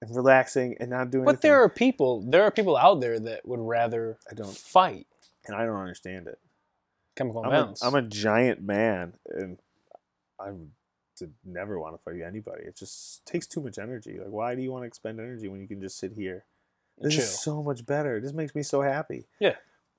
A: and relaxing and not doing.
B: but
A: anything.
B: there are people there are people out there that would rather
A: I don't-
B: fight
A: and I don't understand it.
B: chemical
A: I'm a,
B: imbalance.
A: I'm a giant man, and I would to never want to fight anybody. It just takes too much energy. Like, why do you want to expend energy when you can just sit here? This
B: chill.
A: is so much better. This makes me so happy.
B: Yeah.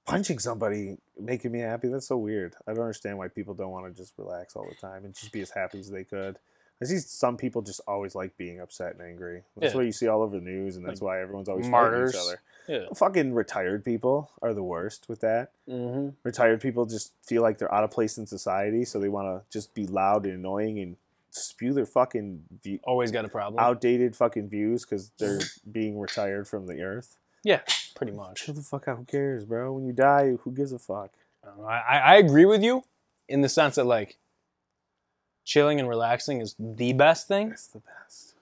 A: punching somebody making me happy. That's so weird. I don't understand why people don't want to just relax all the time and just be as happy as they could. I see some people just always like being upset and angry. That's
B: Yeah.
A: what you see all over the news, and that's why everyone's always
B: martyrs.
A: fighting each other.
B: Yeah.
A: Fucking retired people are the worst with that.
B: Mm-hmm.
A: Retired people just feel like they're out of place in society, so they want to just be loud and annoying and spew their fucking view-
B: Always got a problem.
A: outdated fucking views because they're being retired from the earth.
B: Pretty much.
A: Chill the fuck out. Who cares, bro? When you die, who gives a fuck?
B: I, don't know. Uh, I, I- I agree with you in the sense that like chilling and relaxing is the best thing.
A: It's the best.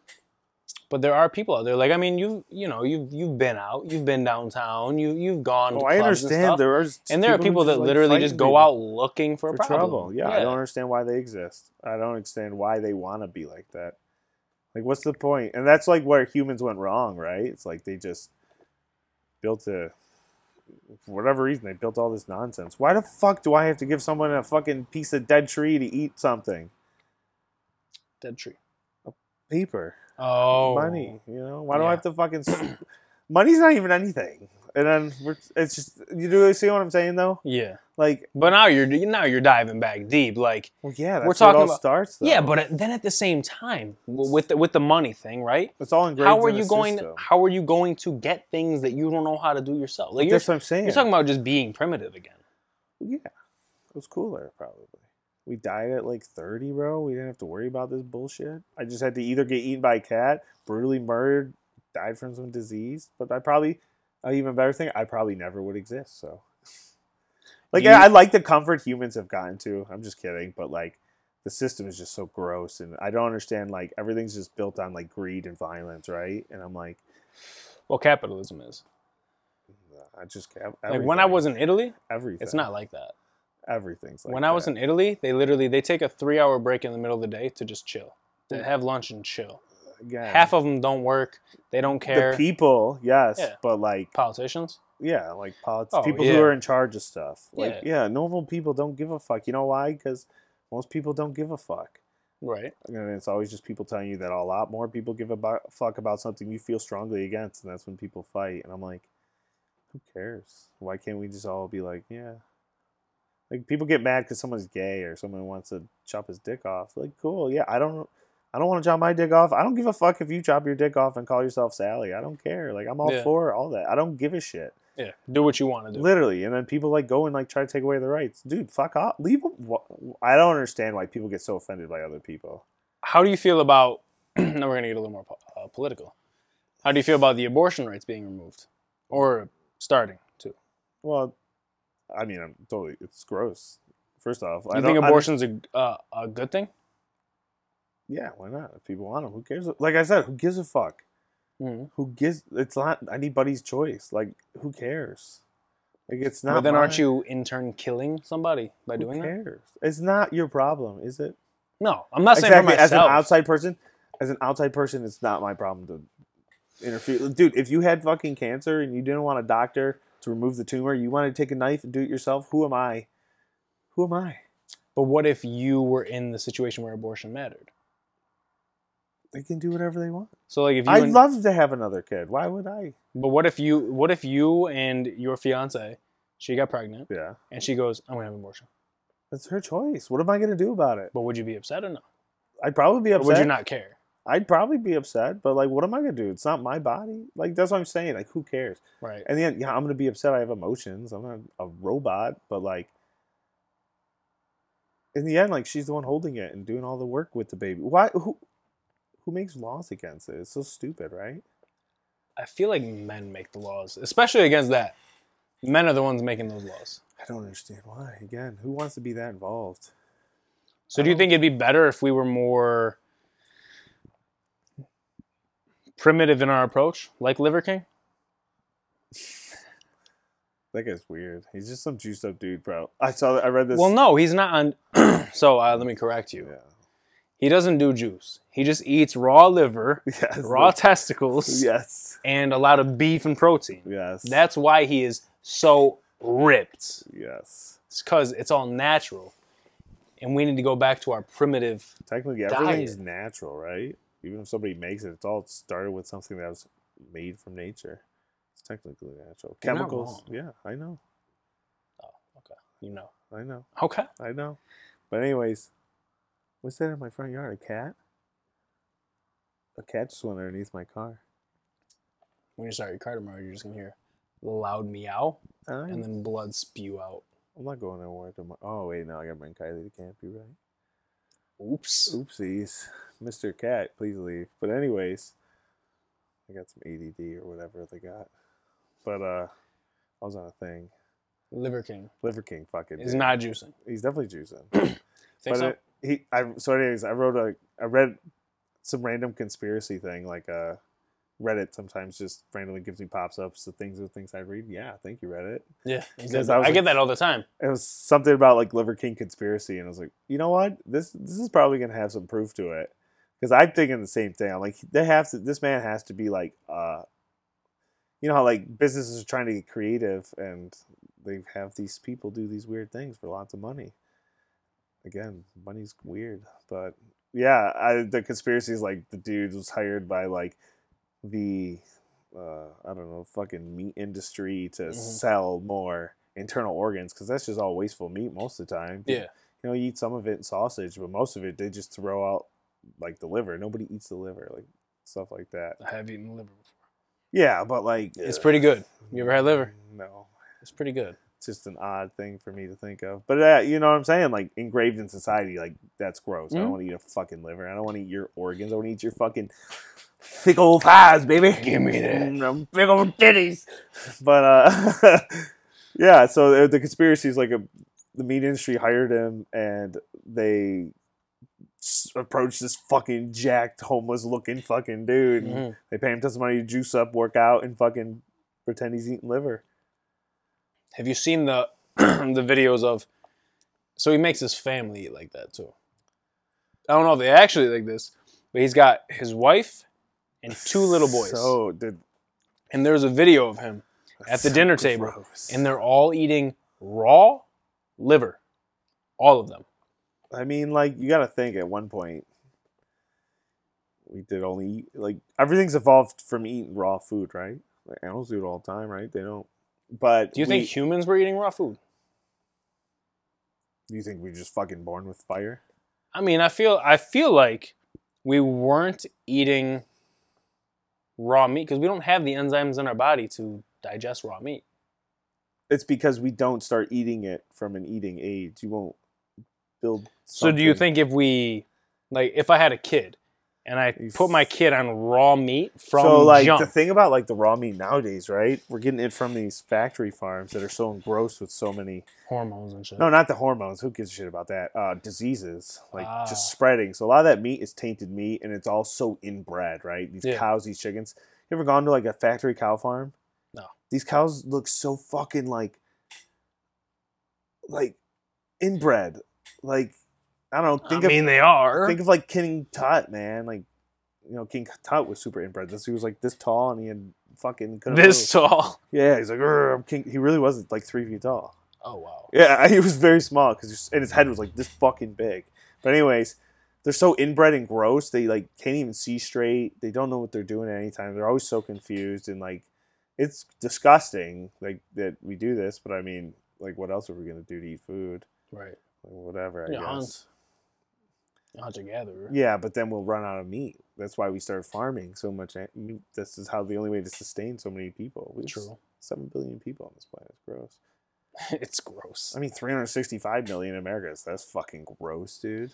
B: But there are people out there like I mean you you know you've you've been out you've been downtown you you've gone.
A: Oh,
B: to
A: I
B: clubs
A: understand.
B: And, stuff,
A: there are
B: and there are people that literally just go out looking for a
A: for
B: problem.
A: trouble. Yeah, I don't understand why they exist. I don't understand why they want to be like that. Like, what's the point? And that's like where humans went wrong, right? It's like they just built a, for whatever reason, they built all this nonsense. Why the fuck do I have to give someone a fucking piece of dead tree to eat something?
B: Dead tree.
A: Paper.
B: Oh,
A: money. You know, why do I
B: Yeah.
A: have to fucking? s- Money's not even anything. And then we're, it's just you do see what I'm saying though.
B: Yeah,
A: Like,
B: but now you're now you're diving back deep. Like
A: well, yeah, that's
B: We're
A: where
B: talking
A: it all
B: about-
A: starts. Though.
B: yeah, but at, then at the same time w- with the, with the money thing, right?
A: it's all engraved.
B: How are
A: in the
B: you going?
A: system.
B: How are you going to get things that you don't know how to do yourself? Like you're,
A: That's what I'm saying.
B: you're talking about just being primitive again.
A: yeah, it was cooler probably. We died at like 30, bro. We didn't have to worry about this bullshit. I just had to either get eaten by a cat, brutally murdered, died from some disease. But I probably, an even better thing, I probably never would exist. So, like,
B: You-
A: I, I like the comfort humans have gotten to. I'm just kidding. But, like, the system is just so gross. And I don't understand, like, everything's just built on, like, greed and violence, right? And I'm like,
B: Well, capitalism is
A: I just can't.
B: like when I was in Italy,
A: everything.
B: it's not like that.
A: Everything's like
B: when I was
A: that.
B: in Italy, they literally they take a three hour break in the middle of the day to just chill,
A: Hmm.
B: to have lunch and chill.
A: Again,
B: Half of them don't work. They don't care.
A: The people, yes,
B: Yeah.
A: but like,
B: Politicians.
A: yeah, like politi-
B: Oh,
A: people
B: yeah.
A: who are in charge of stuff. Like, yeah. normal people don't give a fuck. You know why? Because most people don't give a fuck.
B: Right.
A: And it's always just people telling you that a lot more people give a bu- fuck about something you feel strongly against, and that's when people fight. And I'm like, who cares? Why can't we just all be like, yeah? Like people get mad because someone's gay or someone wants to chop his dick off. Like, cool, yeah. I don't, I don't want to chop my dick off. I don't give a fuck if you chop your dick off and call yourself Sally. I don't care. Like, I'm all
B: Yeah.
A: for all that. I don't give a shit.
B: Yeah. Do what you want to do.
A: Literally, and then people like go and like try to take away their rights. Dude, fuck off. Leave them. I don't understand why people get so offended by other people.
B: How do you feel about? now we're gonna get a little more po- uh, political. How do you feel about the abortion rights being removed, or starting to?
A: Well, I mean, I'm totally. It's gross. First off,
B: Do you think abortion's a uh, a good thing?
A: yeah, why not? If people want them, who cares? Like I said, who gives a fuck? Who gives? It's not anybody's choice. Like, who cares? Like, it's not.
B: But then aren't
A: mine.
B: you in turn killing somebody by
A: Who
B: doing that?
A: cares? It's not your problem, is it?
B: No, I'm not saying for
A: As an
B: myself.
A: outside person, as an outside person, it's not my problem to interfere. Dude, if you had fucking cancer and you didn't want a doctor to remove the tumor, you wanted to take a knife and do it yourself. Who am I? Who am I?
B: but what if you were in the situation where abortion mattered?
A: They can do whatever they want.
B: So like if you
A: I'd
B: and-
A: love to have another kid. Why would I?
B: But what if you what if you and your fiance she got pregnant
A: Yeah.
B: and she goes, I'm gonna have an abortion.
A: It's her choice. What am I gonna do about it?
B: But would you be upset or no?
A: I'd probably be
B: Or
A: upset.
B: would you not care?
A: I'd probably be upset, but like what am I gonna do? It's not my body. Like that's what I'm saying. Like who cares?
B: Right.
A: And then yeah, I'm gonna be upset. I have emotions. I'm not a robot, but like in the end, like she's the one holding it and doing all the work with the baby. Why who who makes laws against it? It's so stupid, right?
B: I feel like men make the laws, especially against that. Men are the ones making those laws.
A: I don't understand why. Again, who wants to be that involved?
B: So do you think it'd be better if we were more primitive in our approach, like Liver King?
A: That guy's weird. He's just some juiced up dude, bro. I saw that. I read this.
B: Well, no, he's not on. so uh, let me correct you.
A: Yeah.
B: He doesn't do juice. He just eats raw liver,
A: Yes.
B: raw testicles,
A: Yes.
B: and a lot of beef and protein.
A: Yes.
B: That's why he is so ripped.
A: yes.
B: It's because it's all natural. And we need to go back to our primitive.
A: Technically, everything's natural, right? Even if somebody makes it, it's all started with something that was made from nature. It's technically natural.
B: You're not
A: Chemicals. Yeah, I know.
B: You know.
A: I know.
B: Okay.
A: I know. But anyways, what's that in my front yard? A cat? A cat just went underneath my car.
B: When you start your car tomorrow, you're just gonna hear loud meow
A: I-
B: and then blood spew out.
A: I'm not going anywhere tomorrow. Oh wait, no, I gotta bring Kylie to camp. You right?
B: Oops.
A: Oopsies, Mr. Cat, please leave. But anyways, I got some ADD or whatever they got. But uh, I was on a thing.
B: Liver King
A: Liver King, fucking.
B: is not juicing.
A: He's definitely juicing.
B: Think
A: but
B: so?
A: it- he, I so anyways, I wrote a, I read some random conspiracy thing like uh, Reddit sometimes just randomly gives me pops ups of things of things I read. Yeah, thank you, Reddit.
B: yeah. he
A: because
B: does
A: I
B: that.
A: was
B: I get
A: like-
B: that all the time.
A: it was something about like Liver King conspiracy, and I was like, you know what, this this is probably gonna have some proof to it, because I'm thinking the same thing. I'm like, they have to. This man has to be like, uh, you know how like businesses are trying to get creative, and they have these people do these weird things for lots of money. Again, money's weird, but yeah, I, the conspiracy is like the dude was hired by like the uh, I don't know, fucking meat industry to
B: Mhm.
A: sell more internal organs because that's just all wasteful meat most of the time.
B: Yeah.
A: You know, you eat some of it in sausage, but most of it they just throw out like the liver. Nobody eats the liver, like stuff like that.
B: I have eaten liver before.
A: Yeah, but like
B: It's
A: ugh,
B: pretty good. You ever had liver?
A: No.
B: It's pretty good.
A: It's just an odd thing for me to think of. But uh, you know what I'm saying? Like engraved in society, like that's gross. I
B: Mhm.
A: don't want to eat a fucking liver. I don't want to eat your organs. I want to eat your fucking thick old thighs, baby.
B: Give me that.
A: Mm, them big old titties. But uh, yeah, so uh, the, the conspiracy is like a, the meat industry hired him and they s- approached this fucking jacked, homeless looking fucking dude. and
B: Mhm.
A: They pay him tons of money to juice up, work out, and fucking pretend he's eating liver.
B: Have you seen the the videos of? So he makes his family eat like that too. I don't know if they actually like this, but he's got his wife and two little boys.
A: So did
B: and there's a video of him, At the dinner table, and they're all eating raw liver, all of them.
A: I mean, like you got to think. At one point, we did only eat, like everything's evolved from eating raw food, right? Like, animals do it all the time, right? They don't. But
B: Do you
A: we-
B: think humans were eating raw food?
A: Do you think we're just fucking born with fire?
B: I mean, I feel I feel like we weren't eating raw meat because we don't have the enzymes in our body to digest raw meat.
A: It's because we don't start eating it from an eating age. You won't build.
B: So do you
A: something.
B: think if we like if I had a kid and I
A: You
B: put my
A: f-
B: kid on raw meat from
A: so like
B: jump,
A: the thing about like the raw meat nowadays, right? We're getting it from these factory farms that are so engrossed with so many
B: hormones and shit.
A: No, not the hormones. Who gives a shit about that? Uh, diseases, like
B: Ah.
A: just spreading. So a lot of that meat is tainted meat, and it's all so inbred, right? These
B: Yeah.
A: cows, these chickens. You ever gone to like a factory cow farm?
B: No.
A: These cows look so fucking like, like, inbred. Like, I don't know. Think
B: I
A: of
B: mean they are.
A: think of like King Tut, man. Like, you know, King Tut was super inbred. This he was like this tall, and he had fucking couldn't
B: this tall.
A: move. Yeah, he's like, "Grr, I'm King. He really was like three feet tall.
B: Oh wow.
A: Yeah, he was very small because and his head was like this fucking big. But anyways, they're so inbred and gross. They like can't even see straight. They don't know what they're doing at any time. They're always so confused and like it's disgusting like that we do this. But I mean, like what else are we gonna do to eat food?
B: Right.
A: Like, whatever. I
B: Yeah,
A: guess.
B: hunt. Hunter gatherer.
A: Yeah, but then we'll run out of meat. That's why we started farming so much. a- meat. This is how the only way to sustain so many people. We have
B: True.
A: Seven billion people on this planet. It's gross.
B: it's gross.
A: I mean, 365 million in America. So that's fucking gross, dude.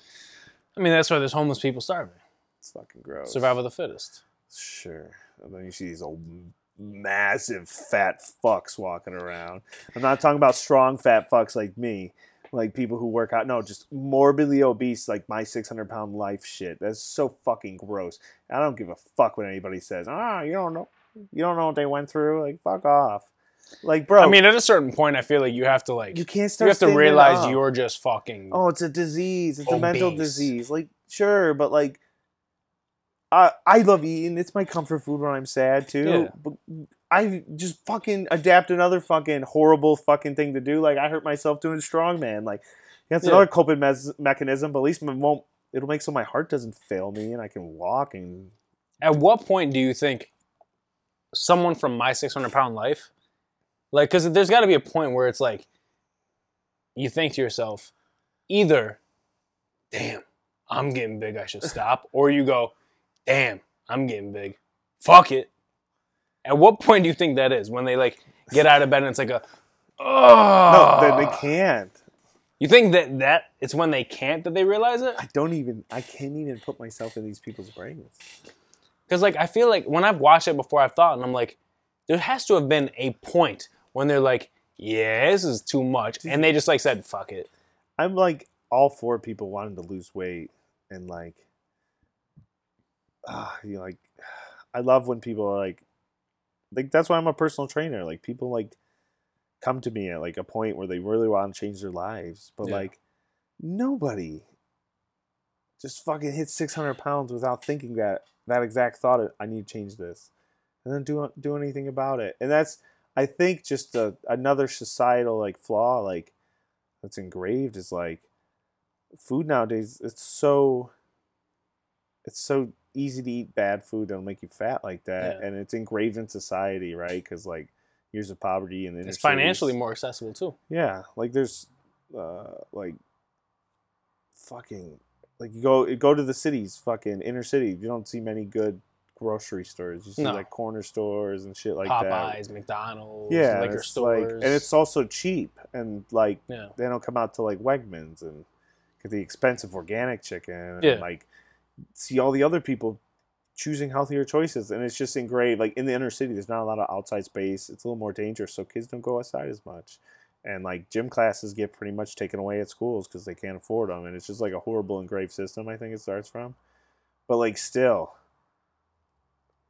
B: I mean that's why there's homeless people starving.
A: It's fucking gross.
B: Survival of the fittest.
A: Sure. And then you see these old m- massive fat fucks walking around. I'm not talking about strong fat fucks like me, like people who work out. No, just morbidly obese, like my 600 pound life shit. That's so fucking gross. I don't give a fuck what anybody says. Ah, you don't know. You don't know what they went through. Like, fuck off. Like, bro.
B: I mean at a certain point I feel like you have to like
A: you
B: you,
A: can't start.
B: have to
A: standing
B: realize
A: up.
B: you're just fucking
A: Oh, it's a disease. It's a mental
B: Obese.
A: disease. Like, sure, but like, I I love eating. It's my comfort food when I'm sad too.
B: Yeah.
A: But I just fucking adapt another fucking horrible fucking thing to do. Like, I hurt myself doing strongman. Like, that's
B: Yeah.
A: another coping mes- mechanism. But at least it won't. It'll make so my heart doesn't fail me and I can walk and.
B: At what point do you think someone from my 600 pound life, like, because there's got to be a point where it's like, you think to yourself, either, damn, I'm getting big, I should stop, or you go, damn, I'm getting big, fuck it. At what point do you think that is when they like get out of bed and it's like a,
A: No,
B: oh,
A: they, they can't.
B: you think that that it's when they can't that they realize it?
A: I don't even. I can't even put myself in these people's brains.
B: Because like I feel like when I've watched it before, I've thought and I'm like, there has to have been a point when they're like, yeah, this is too much, and they just like said, fuck it.
A: I'm like all four people wanting to lose weight and like, ah, you know, like, I love when people are like, like that's why I'm a personal trainer. Like people like come to me at like a point where they really want to change their lives, but
B: Yeah.
A: like nobody just fucking hits 600 pounds without thinking that that exact thought. of, I need to change this, and then do do anything about it. And that's I think just a, another societal like flaw like that's engraved is like food nowadays it's so it's so easy to eat bad food that'll make you fat like that
B: Yeah.
A: and it's engraved in society right because like years of poverty and
B: It's financially more accessible too.
A: yeah like there's uh like fucking like you go you go to the cities fucking inner city you don't see many good grocery stores you see
B: No.
A: like corner stores and shit like that
B: Popeyes, McDonald's,
A: yeah, and
B: liquor
A: it's
B: stores.
A: Like, and it's also cheap, and like
B: yeah.
A: they don't come out to like Wegmans and get the expensive organic chicken, and
B: Yeah.
A: like see all the other people choosing healthier choices, and it's just engraved. Like in the inner city, there's not a lot of outside space. It's a little more dangerous, so kids don't go outside as much, and like gym classes get pretty much taken away at schools because they can't afford them, and it's just like a horrible engraved system. I think it starts from, but like still.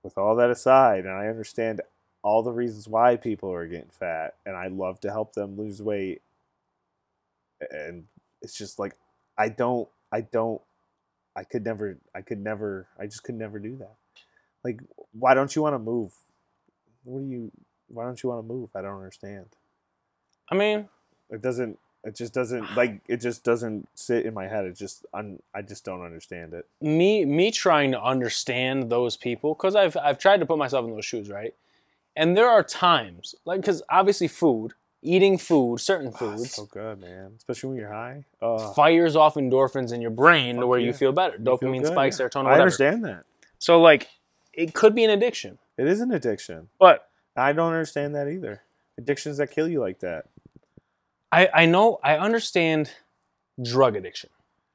A: With all that aside, and I understand all the reasons why people are getting fat and I love to help them lose weight and it's just like I don't I don't I could never I could never I just could never do that. Like why don't you want to move? What do you why don't you want to move? I don't understand.
B: I mean,
A: It doesn't it just doesn't like it just doesn't sit in my head. It just i I just don't understand it.
B: me me trying to understand those people because I've I've tried to put myself in those shoes, right? And there are times like because obviously food, eating food, certain
A: Oh, it's
B: foods.
A: so good, man. Especially when you're high. Oh,
B: fires off endorphins in your brain to
A: Fuck
B: where
A: yeah.
B: you feel better.
A: you feel
B: Dopamine
A: good,
B: spikes,
A: yeah.
B: serotonin,
A: I
B: whatever.
A: understand that.
B: So like, it could be an addiction,
A: It is an addiction.
B: but
A: I don't understand that either. Addictions that kill you like that.
B: I I know I understand drug addiction,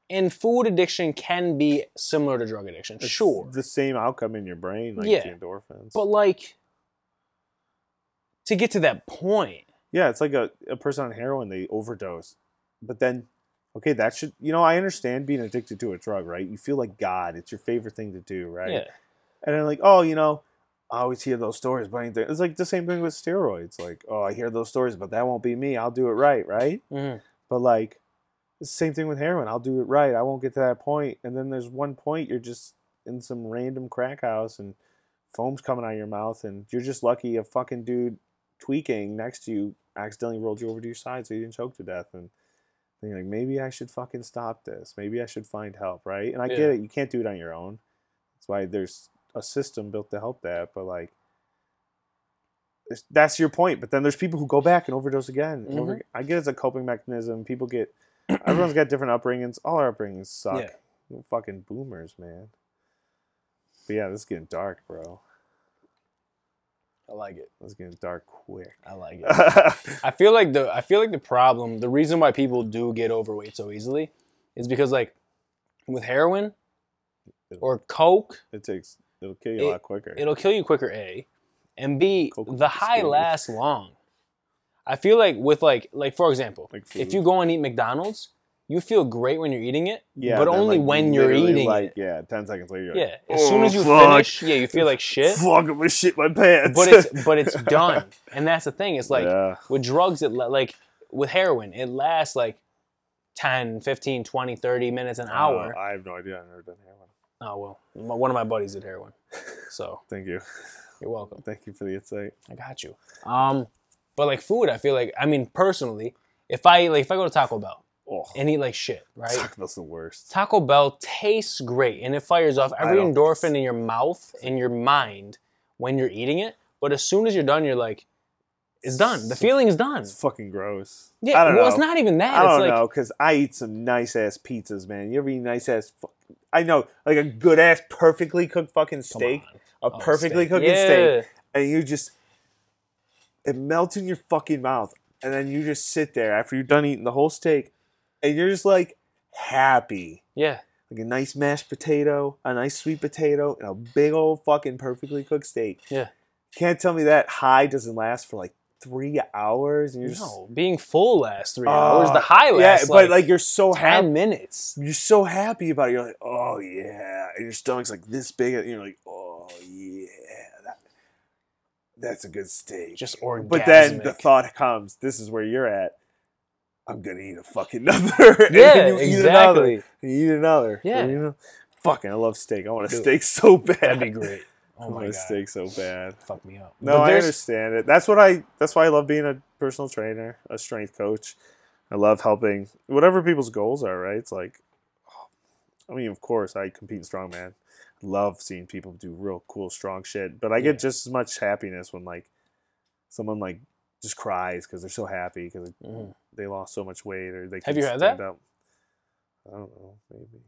B: and food addiction can be similar to drug addiction,
A: It's
B: sure.
A: The same outcome in your brain, like
B: Yeah.
A: the endorphins.
B: But like, to get to that point,
A: yeah, it's like a, a person on heroin, they overdose. But then, okay, that should, you know, I understand being addicted to a drug, right? You feel like God. It's your favorite thing to do, right?
B: yeah,
A: And then, like, oh, you know, I always hear those stories about anything. It's like the same thing with steroids. Like, oh, I hear those stories, but that won't be me. I'll do it right, right?
B: Mhm.
A: But like, it's the same thing with heroin. I'll do it right. I won't get to that point. And then there's one point you're just in some random crack house and foam's coming out of your mouth, and you're just lucky a fucking dude tweaking next to you accidentally rolled you over to your side so you didn't choke to death. And then you're like, maybe I should fucking stop this. Maybe I should find help, right? And I
B: Yeah.
A: get it. You can't do it on your own. That's why there's a system built to help that. But like, it's- that's your point. But then there's people who go back and overdose again. and over-
B: Mm-hmm.
A: I get it's a coping mechanism. People get everyone's got different upbringings. All our upbringings suck.
B: Yeah.
A: We're fucking boomers, man. But yeah, this is getting dark, bro.
B: I like it.
A: This is getting dark quick.
B: I like it. I feel like the I feel like the problem, the reason why people do get overweight so easily, is because like with heroin or coke,
A: it takes it'll kill you a
B: It-
A: lot quicker.
B: it'll kill you quicker. A and B,
A: Coke
B: the
A: is
B: high
A: scary.
B: lasts long. I feel like with like like for example,
A: Like
B: if
A: food.
B: you go and eat McDonald's, you feel great when you're eating it,
A: Yeah,
B: but
A: then,
B: only
A: like,
B: when you're
A: literally,
B: eating
A: Like
B: it.
A: yeah, ten seconds later. You're
B: Yeah,
A: like,
B: as soon
A: "Oh,
B: as you
A: fuck.
B: finish, yeah, you feel like shit.
A: Fuck, I'm gonna shit my pants.
B: But it's but it's done, and that's the thing. It's like
A: yeah.
B: with drugs it la- like with heroin it lasts like 10 15 20 30 minutes an hour
A: Uh, I have no idea. I've never done heroin.
B: oh well my, one of my buddies did heroin so
A: Thank you,
B: you're welcome
A: thank you for the insight.
B: i got you um but like food i feel like i mean personally if i like if i go to taco bell
A: Oh,
B: and eat like shit right
A: Taco Bell's the worst.
B: taco bell tastes great and it fires off every
A: don't-
B: endorphin in your mouth in your mind when you're eating it but as soon as you're done you're like It's done. The feeling is done.
A: It's fucking gross.
B: Yeah,
A: I don't
B: well,
A: know.
B: it's not even that.
A: I don't
B: it's like,
A: know because I eat some nice ass pizzas, man. You ever eat nice ass? Fuck, I know, like a good ass, perfectly cooked fucking
B: come
A: steak,
B: on.
A: a
B: Oh,
A: perfectly
B: steak.
A: cooked
B: yeah.
A: steak, and you just it melts in your fucking mouth, and then you just sit there after you're done eating the whole steak, and you're just like happy,
B: Yeah.
A: like a nice mashed potato, a nice sweet potato, and a big old fucking perfectly cooked steak.
B: Yeah.
A: can't tell me that high doesn't last for like three hours, and you're just
B: No, being full lasts three
A: Oh,
B: hours. The high
A: yeah,
B: lasts
A: but like you're so happy.
B: ten minutes.
A: you're so happy about it. You're like, oh yeah, and your stomach's like this big, and you're like, oh yeah, that, that's a good steak.
B: Just orgasmic.
A: but then the thought comes, this is where you're at. I'm gonna eat a fucking another. and
B: yeah,
A: then you eat another.
B: exactly.
A: and You eat another.
B: Yeah.
A: and you know, fucking, I love steak. I want a
B: Dude,
A: steak so bad.
B: That'd be great.
A: I
B: Oh my
A: want
B: god,
A: a steak so bad.
B: fuck me up.
A: No,
B: But
A: I
B: there's-
A: understand it. That's what I. That's why I love being a personal trainer, a strength coach. I love helping whatever people's goals are. Right? It's like, oh, I mean, of course, I compete in strongman. Love seeing people do real cool strong shit, but I get
B: Yeah.
A: just as much happiness when like someone like just cries because they're so happy because
B: Mhm.
A: they lost so much weight or they.
B: Have
A: couldn't
B: you had
A: stand
B: that?
A: Up. I don't know. Maybe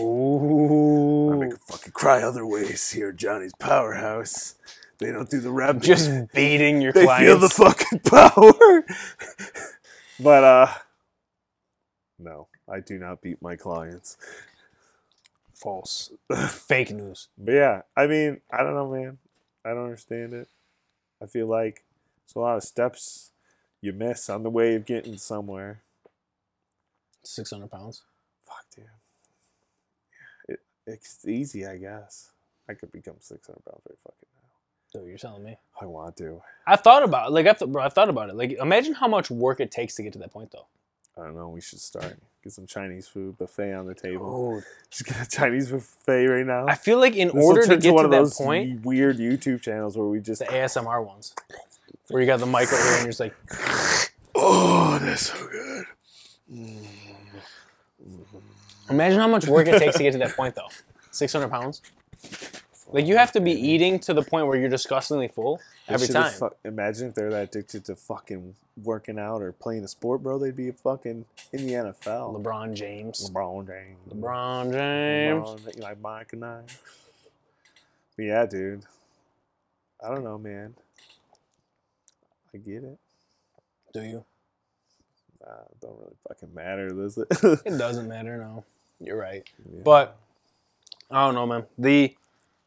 A: I make
B: Ooh.
A: a fucking cry other ways here, at Johnny's powerhouse. They don't do the rap.
B: Just beating your
A: they
B: clients.
A: feel the fucking power. but uh no, I do not beat my clients.
B: False. Fake news.
A: But yeah, I mean, I don't know, man. I don't understand it. I feel like it's a lot of steps you miss on the way of getting somewhere.
B: Six hundred pounds.
A: Fuck, dude. It, it's easy, I guess. I could become 600 pounds very fucking now.
B: Dude, you're telling me.
A: I want to.
B: I thought about it. like I th- bro. I thought about it. Like imagine how much work it takes to get to that point though.
A: I don't know. We should start. Get some Chinese food buffet on the table.
B: Dude.
A: Just get a Chinese buffet right now.
B: Oh. I feel like in
A: This will
B: order to
A: turn
B: get to,
A: one of
B: that
A: those
B: point,
A: y- weird YouTube channels where we just
B: the ASMR ones, where you got the mic over here and you're just like,
A: oh, that's so good.
B: imagine how much work it takes to get to that point though. Six hundred pounds. Like you have to be eating to the point where you're disgustingly full
A: They
B: every
A: should've
B: time.
A: fu- imagine if they're that addicted to fucking working out or playing a sport, bro. They'd be fucking in the NFL.
B: LeBron James.
A: LeBron James.
B: LeBron James.
A: LeBron, like Mike and I. But yeah, dude. I don't know, man. I get it.
B: Do you?
A: Nah, it don't really fucking matter, does it?
B: It doesn't matter. No, you're right.
A: Yeah.
B: But I don't know, man. The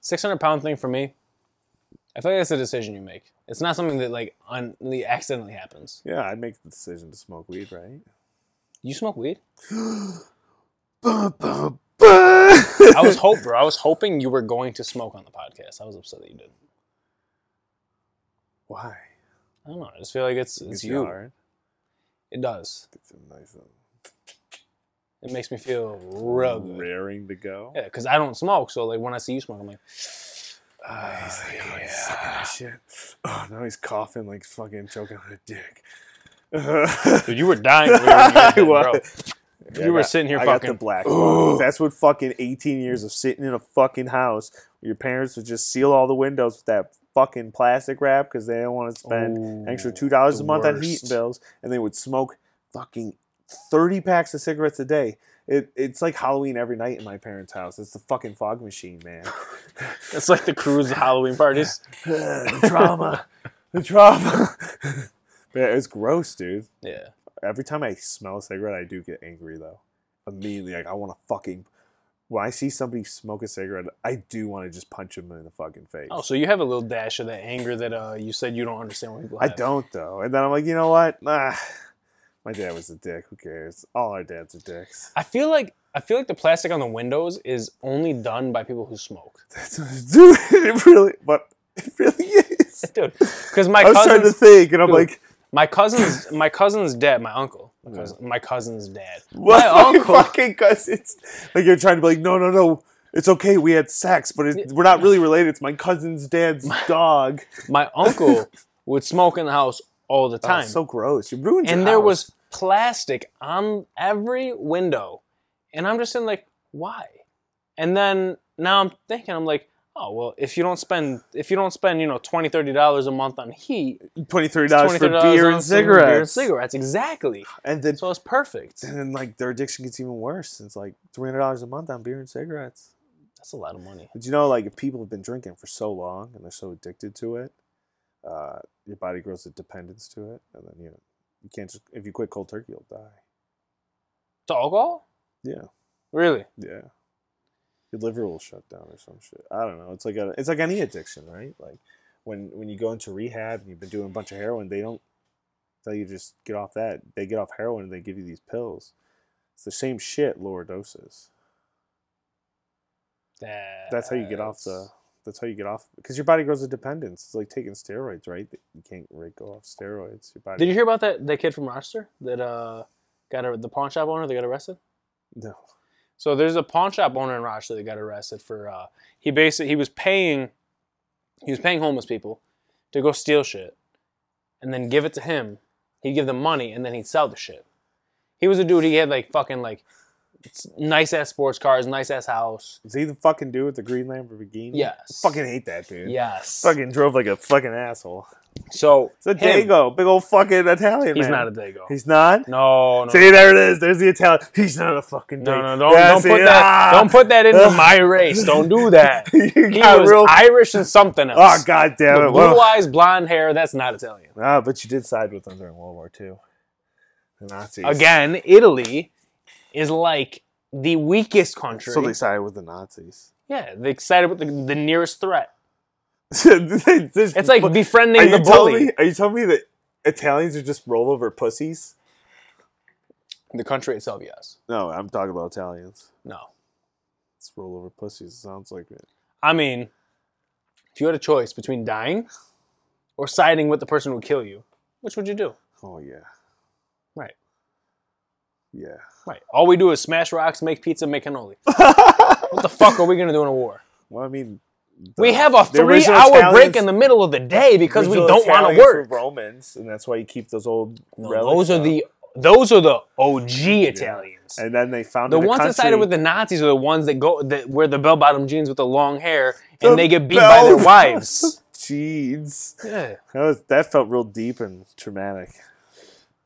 B: 600 pound thing for me, I feel like that's a decision you make. It's not something that like un- accidentally happens.
A: yeah, I'd make the decision to smoke weed, right?
B: You smoke weed? I
A: I
B: was hope, bro. I was hoping you were going to smoke on the podcast. I was upset that you did.
A: Why?
B: I don't know. I just feel like it's it's you.
A: hard.
B: It does.
A: It's a nice uh,
B: It makes me feel real good.
A: raring to go.
B: Yeah, because I don't smoke, so like when I see you smoke, I'm like,
A: Ah, he's like, oh, he's sucking that shit. Oh, now he's coughing like fucking choking on a dick.
B: dude, you were dying. when you were doing that, bro.
A: Yeah, I
B: You were
A: got-
B: sitting here
A: I got
B: fucking-
A: the black. lung. That's what fucking 18 years of sitting in a fucking house where your parents would just seal all the windows with that fucking plastic wrap because they didn't want to spend
B: Ooh,
A: an extra two dollars a
B: the
A: month on heat
B: worst.
A: bills, and they would smoke fucking 30 packs of cigarettes a day. It, it's like Halloween every night in my parents' house. It's the fucking fog machine, man.
B: It's like the cruise Halloween parties.
A: the drama, the drama. yeah, it's gross, dude.
B: Yeah.
A: Every time I smell a cigarette, I do get angry though. Immediately, like I want to fucking. When I see somebody smoke a cigarette, I do want to just punch them in the fucking face.
B: Oh, so you have a little dash of that anger that uh, you said you don't understand what people
A: I
B: have.
A: don't though, and then I'm like, you know what? Ah, my dad was a dick. Who cares? All our dads are dicks.
B: I feel like I feel like the plastic on the windows is only done by people who smoke,
A: That's what it's doing. It really, but it really is.
B: dude. Because my
A: I was trying
B: cousins,
A: to think, and I'm
B: Dude,
A: like,
B: my cousins, my cousin's dad, my uncle, my,
A: Yeah.
B: cousin, my cousin's dad,
A: What
B: my
A: my
B: uncle.
A: fucking cousins? Like you're trying to be like, no, no, no. It's okay. We had sex, but it, we're not really related. It's my cousin's dad's dog.
B: my uncle would smoke in the house all the
A: Oh,
B: time,
A: so gross. You ruined.
B: and
A: your
B: there
A: house.
B: was plastic on every window, and I'm just saying like, why? And then now I'm thinking, I'm like, Oh well, if you don't spend if you don't spend you know 20 30 dollars a month on heat,
A: Twenty three
B: it's
A: dollars for
B: $23
A: beer
B: on
A: and
B: some beer and
A: cigarettes.
B: cigarettes, exactly.
A: And then
B: So it's perfect.
A: and then like their addiction gets even worse. It's like three hundred dollars a month on beer and cigarettes.
B: That's a lot of money.
A: But you know, like if people have been drinking for so long and they're so addicted to it, uh, your body grows a dependence to it, and then you know, you can't just if you quit cold turkey, you'll die.
B: To alcohol?
A: Yeah,
B: Really?
A: yeah. Your liver will shut down or some shit. I don't know. It's like a, it's like any addiction, right? Like when when you go into rehab and you've been doing a bunch of heroin, they don't tell you just get off that. They get off heroin and they give you these pills. It's the same shit, lower doses. that's how you get off the that's how you get off because your body grows a dependence it's like taking steroids right you can't really go off steroids your body
B: Did you hear about that that kid from Rochester that uh got a, the pawn shop owner that got arrested?
A: no
B: So there's a pawn shop owner in Rochester that got arrested for uh, he basically he was paying he was paying homeless people to go steal shit and then give it to him. He'd give them money and then he'd sell the shit. He was a dude. He had like fucking like nice ass sports cars, nice ass house.
A: is he the fucking dude with the green lamborghini
B: Yes.
A: fucking hate that dude
B: Yes.
A: fucking drove like a fucking asshole
B: So
A: it's a
B: him,
A: dago big old fucking italian
B: He's
A: man.
B: not a dago.
A: he's not
B: no, no.
A: see there it is there's the italian he's not a fucking
B: no,
A: dago.
B: no, don't,
A: Yeah,
B: don't
A: see,
B: put that.
A: ah!
B: Don't put that into my race. Don't do that.
A: You
B: He
A: got
B: was
A: real-
B: Irish and something else.
A: oh god damn
B: The
A: it
B: blue
A: well,
B: eyes, blonde hair, that's not Italian.
A: ah, but you did side with them during world war ii the nazis
B: Again, Italy is like the weakest country.
A: so they sided with the nazis
B: yeah, they excited with the, the nearest threat.
A: it's
B: It's like befriending
A: Are you
B: the
A: telling
B: bully.
A: me? Are you telling me that Italians are just rollover pussies?
B: The country itself, yes.
A: No, I'm talking about Italians.
B: No.
A: It's rollover pussies. It sounds like it.
B: I mean, if you had a choice between dying or siding with the person who would kill you, which would you do?
A: Oh yeah,
B: Right.
A: yeah.
B: Right. All we do is smash rocks, make pizza, make cannoli. what the fuck are we going to do in a war?
A: Well, I mean,
B: We
A: the-
B: have a
A: Uh, the
B: three
A: original
B: hour break
A: Italians-
B: in the middle of the day because we
A: original
B: don't want
A: Italians
B: to work.
A: were Romans, and that's why you keep those old.
B: No,
A: relics
B: those are
A: up.
B: the those are the OG Italians.
A: And then they found
B: The ones that sided with the Nazis are the ones that go that wear the bell bottom jeans with the long hair and
A: The
B: they get beat by their
A: bell-
B: wives.
A: Jeez,
B: yeah.
A: that, was, that felt real deep and traumatic.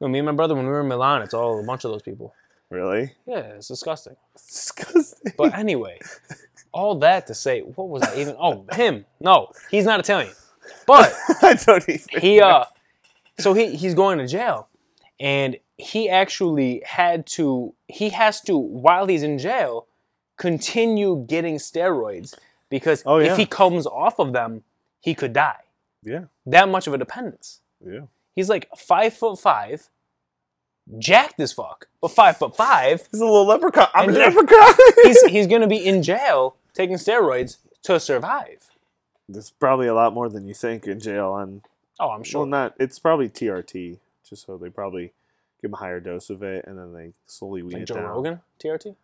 B: No, me and my brother when we were in Milan, it's all a bunch of those people.
A: Really,
B: Yeah, it's disgusting.
A: It's disgusting.
B: But anyway, all that to say, what was I even? Oh, him. No, he's not Italian. But
A: I don't even.
B: he uh so he he's going to jail and he actually had to he has to while he's in jail continue getting steroids because
A: Oh, yeah.
B: if he comes off of them he could die
A: Yeah,
B: that much of a dependence
A: yeah.
B: he's like five foot five jacked as fuck but five foot five
A: He's a little leprechaun. I'm
B: And
A: a
B: yeah.
A: leprechaun.
B: he's he's gonna be in jail taking steroids to survive
A: There's probably a lot more than you think in jail on
B: oh i'm sure
A: well not it's probably TRT, just so they probably give them a higher dose of it and then they slowly wean
B: like
A: it
B: joe
A: down.
B: rogan trt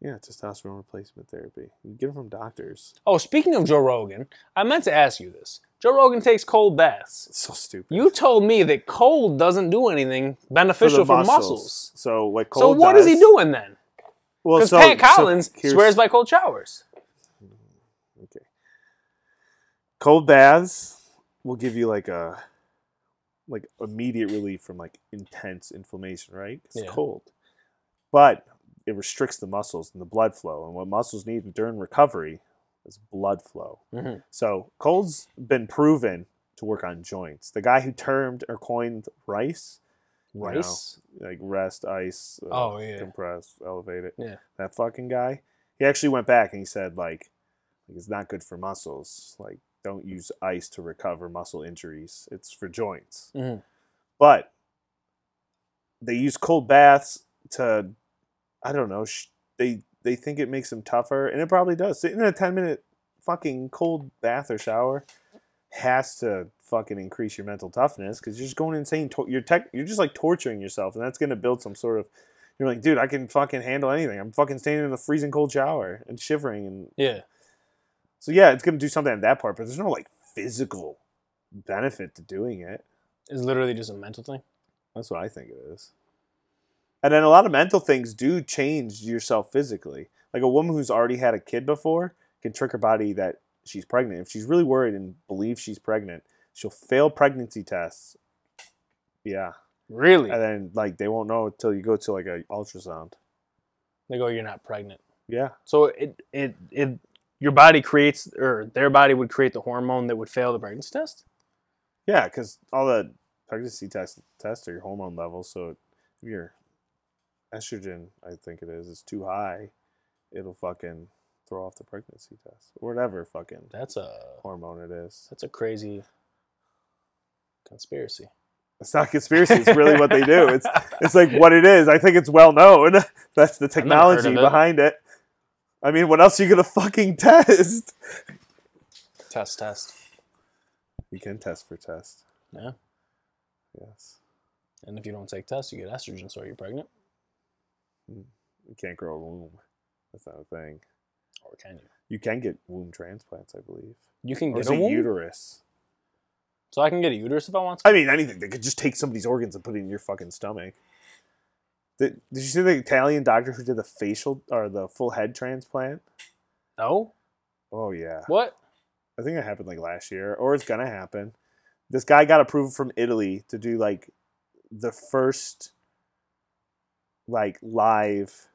A: Yeah, testosterone replacement therapy. You get it from doctors.
B: Oh, speaking of Joe Rogan, I meant to ask you this. Joe Rogan takes cold baths.
A: It's so stupid.
B: You told me that cold doesn't do anything beneficial for, muscles.
A: So what
B: So
A: cold
B: what is he
A: does-
B: doing then?
A: Well,
B: Because
A: so,
B: Pat Collins
A: so here's-
B: swears by cold showers.
A: Okay. Cold baths will give you like a like immediate relief from like intense inflammation, right? It's
B: Yeah.
A: cold. But it restricts the muscles and the blood flow. And what muscles need during recovery is blood flow.
B: Mhm.
A: So cold's been proven to work on joints. The guy who termed or coined rice, you know,
B: Rice.
A: like rest, ice, uh,
B: Oh yeah.
A: compress, elevate it.
B: Yeah.
A: That fucking guy. He actually went back and he said like, like, it's not good for muscles. Like, don't use ice to recover muscle injuries. It's for joints.
B: Mhm.
A: But they use cold baths to, I don't know. Sh- they they think it makes them tougher, and it probably does. Sitting in a ten minute fucking cold bath or shower has to fucking increase your mental toughness because you're just going insane. To- you're tech, you're just like torturing yourself, and that's gonna build some sort of. You're like, dude, I can fucking handle anything. I'm fucking standing in the freezing cold shower and shivering, and
B: Yeah.
A: so yeah, it's gonna do something at that part, but there's no like physical benefit to doing it.
B: It's literally just a mental thing.
A: That's what I think it is. And then a lot of mental things do change yourself physically. Like a woman who's already had a kid before can trick her body that she's pregnant. If she's really worried and believes she's pregnant, she'll fail pregnancy tests. Yeah,
B: Really?
A: and then like they won't know until you go to like a ultrasound.
B: They go, you're not pregnant.
A: Yeah,
B: So it it it your body creates or their body would create the hormone that would fail the pregnancy test.
A: yeah, because all the pregnancy tests tests are your hormone levels. So if your estrogen, I think it is, is too high, it'll fucking throw off the pregnancy test or whatever fucking
B: That's a
A: hormone it is.
B: that's a crazy conspiracy.
A: It's not conspiracy. It's really what they do. It's it's like what it is. I think it's well known. That's the
B: never heard of
A: technology
B: it.
A: behind it. I mean, what else are you gonna fucking test?
B: test test.
A: You can test for test.
B: Yeah.
A: Yes.
B: And if you don't take tests, you get estrogen, so you're pregnant,
A: You can't grow a womb. That's not a thing.
B: or can you?
A: You can get womb transplants, I believe.
B: You can
A: Or
B: get
A: is
B: a
A: it
B: womb,
A: uterus?
B: so I can get a uterus if I want. To.
A: I mean, anything. They could just take somebody's organs and put it in your fucking stomach. Did, did you see the Italian doctor who did the facial or the full head transplant?
B: No,
A: Oh yeah.
B: what?
A: I think it happened like last year, or it's gonna happen. This guy got approved from Italy to do like the first like live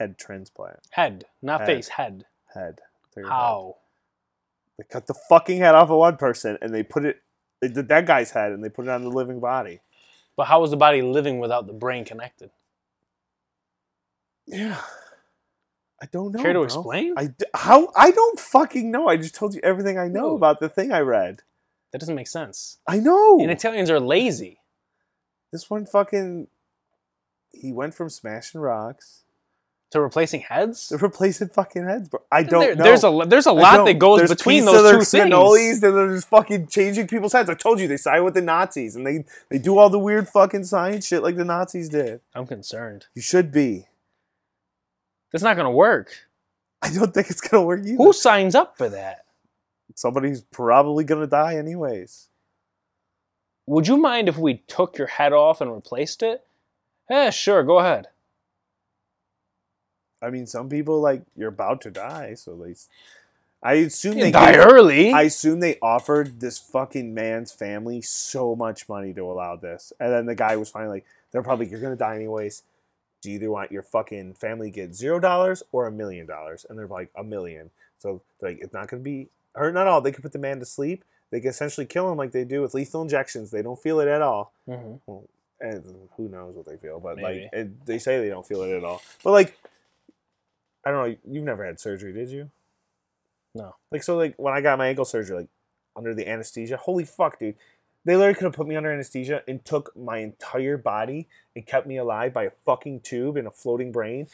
A: head transplant.
B: Head, not
A: Head.
B: face. Head.
A: Head. Their head.
B: How?
A: They cut the fucking head off of one person and they put it they did that guy's head and they put it on the living body.
B: But how is the body living without the brain connected?
A: Yeah. I don't know.
B: Care to
A: bro.
B: explain?
A: I d- how I don't fucking know. I just told you everything I know
B: Dude.
A: about the thing I read.
B: that doesn't make sense.
A: I know.
B: And Italians are lazy.
A: this one fucking he went from smashing rocks
B: To replacing heads?
A: to replacing fucking heads, bro. I don't
B: There-
A: know.
B: There's a there's a
A: I
B: lot
A: don't.
B: that goes
A: There's
B: between
A: pizza,
B: those two
A: there's
B: things.
A: Cannolis, then there's fucking changing people's heads. I told you they side with the Nazis and they they do all the weird fucking science shit like the Nazis did.
B: I'm concerned.
A: You should be.
B: That's not gonna work.
A: I don't think it's gonna work either.
B: Who signs up for that?
A: Somebody who's probably gonna die anyways.
B: Would you mind if we took your head off and replaced it? Eh, sure, go ahead.
A: I mean, some people like you're about to die, so they. s- I assume
B: You
A: they
B: die
A: gave-
B: early.
A: I assume they offered this fucking man's family so much money to allow this. And then the guy was finally like, they're probably, you're going to die anyways. Do you either want your fucking family to get zero dollars or a million dollars? And they're like, a million. So, like, it's not going to be, or not all. They could put the man to sleep. They can essentially kill him like they do with lethal injections. They don't feel it at all
B: Mhm.
A: and who knows what they feel, but
B: Maybe.
A: like it, they say they don't feel it at all. But like, I don't know. You've never had surgery, did you?
B: No.
A: Like so, like when I got my ankle surgery, like under the anesthesia, holy fuck, dude! They literally could have put me under anesthesia and took my entire body and kept me alive by a fucking tube and a floating brain,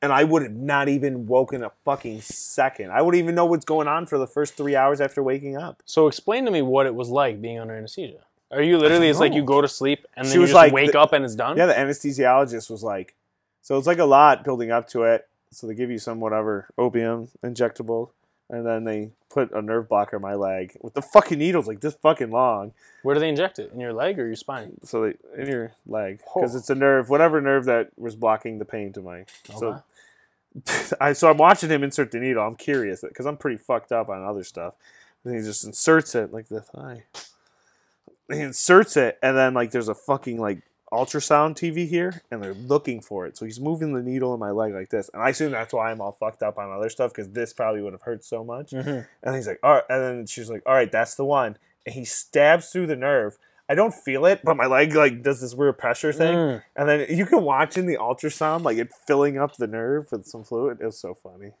A: and I would have not even woken a fucking second. I wouldn't even know what's going on for the first three hours after waking up.
B: So explain to me what it was like being under anesthesia. Are you literally? It's like
A: know.
B: you go to sleep and then
A: She
B: you
A: was
B: just
A: like
B: wake
A: the-
B: up and it's done.
A: Yeah, the anesthesiologist was like, so it's like a lot building up to it. So they give you some whatever opium injectable, and then they put a nerve blocker in my leg with the fucking needles like this fucking long.
B: Where do they inject it? In your leg or your spine?
A: So they in your leg because
B: Oh.
A: it's a nerve, whatever nerve that was blocking the pain to my.
B: Okay.
A: So I so I'm watching him insert the needle. I'm curious because I'm pretty fucked up on other stuff. And he just inserts it like the thigh. He inserts it, and then like there's a fucking like ultrasound TV here, and they're looking for it. So he's moving the needle in my leg like this, and I assume that's why I'm all fucked up on other stuff because this probably would have hurt so much.
B: Mhm.
A: And he's like, all right. And then she's like, all right, that's the one. And he stabs through the nerve. I don't feel it, but my leg like does this weird pressure thing.
B: Mm.
A: And then you can watch in the ultrasound, like it filling up the nerve with some fluid. It was so funny.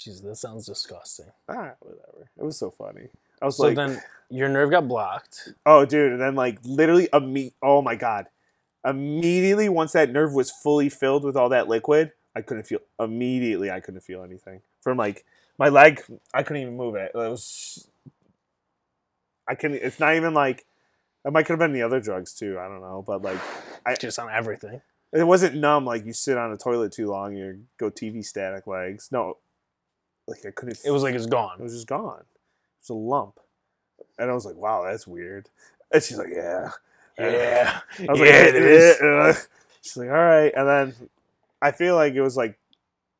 B: Jeez, that sounds disgusting.
A: Ah, whatever. It was so funny. I was
B: So
A: like,
B: then your nerve got blocked.
A: oh, dude. And then, like, literally, a me- oh my God. Immediately, once that nerve was fully filled with all that liquid, I couldn't feel, immediately, I couldn't feel anything. From like my leg, I couldn't even move it. It was, I can, it's not even like, it might could have been the other drugs too. I don't know. But like, I-
B: Just on everything.
A: It wasn't numb like you sit on a toilet too long, you go TV static legs. No, like I couldn't.
B: It was like it's
A: it
B: gone.
A: was just gone. It was a lump, and I was like, "Wow, that's weird." And she's like, "Yeah."
B: Yeah.
A: I was
B: yeah,
A: like,
B: it is.
A: "Uh." She's like, "All right," and then I feel like it was like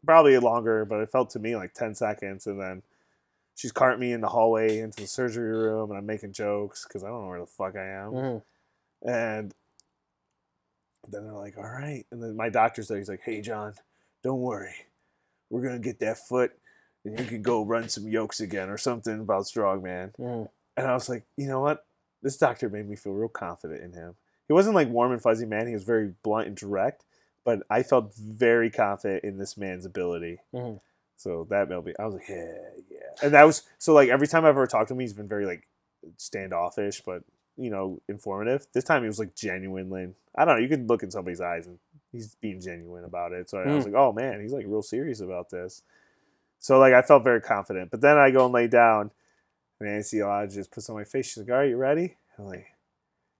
A: probably longer, but it felt to me like ten seconds, and then she's carting me in the hallway into the surgery room, and I'm making jokes because I don't know where the fuck I am.
B: Mhm.
A: And then they're like, all right. And then my doctor's there. He's like, hey, John, don't worry. We're going to get that foot and you can go run some yokes again or something about strongman.
B: Mhm.
A: And I was like, you know what? This doctor made me feel real confident in him. He wasn't like warm and fuzzy man. He was very blunt and direct, but I felt very confident in this man's ability.
B: Mhm.
A: So that made me. I was like, yeah, yeah. And that was so like every time I've ever talked to him, he's been very like standoffish, but you know, informative. This time he was like genuinely. I don't know. You could look in somebody's eyes and he's being genuine about it. So I was like, oh man, he's like real serious about this. So like I felt very confident. But then I go and lay down, and anesthesiologist puts on my face. She's like, all right, you ready? I'm like,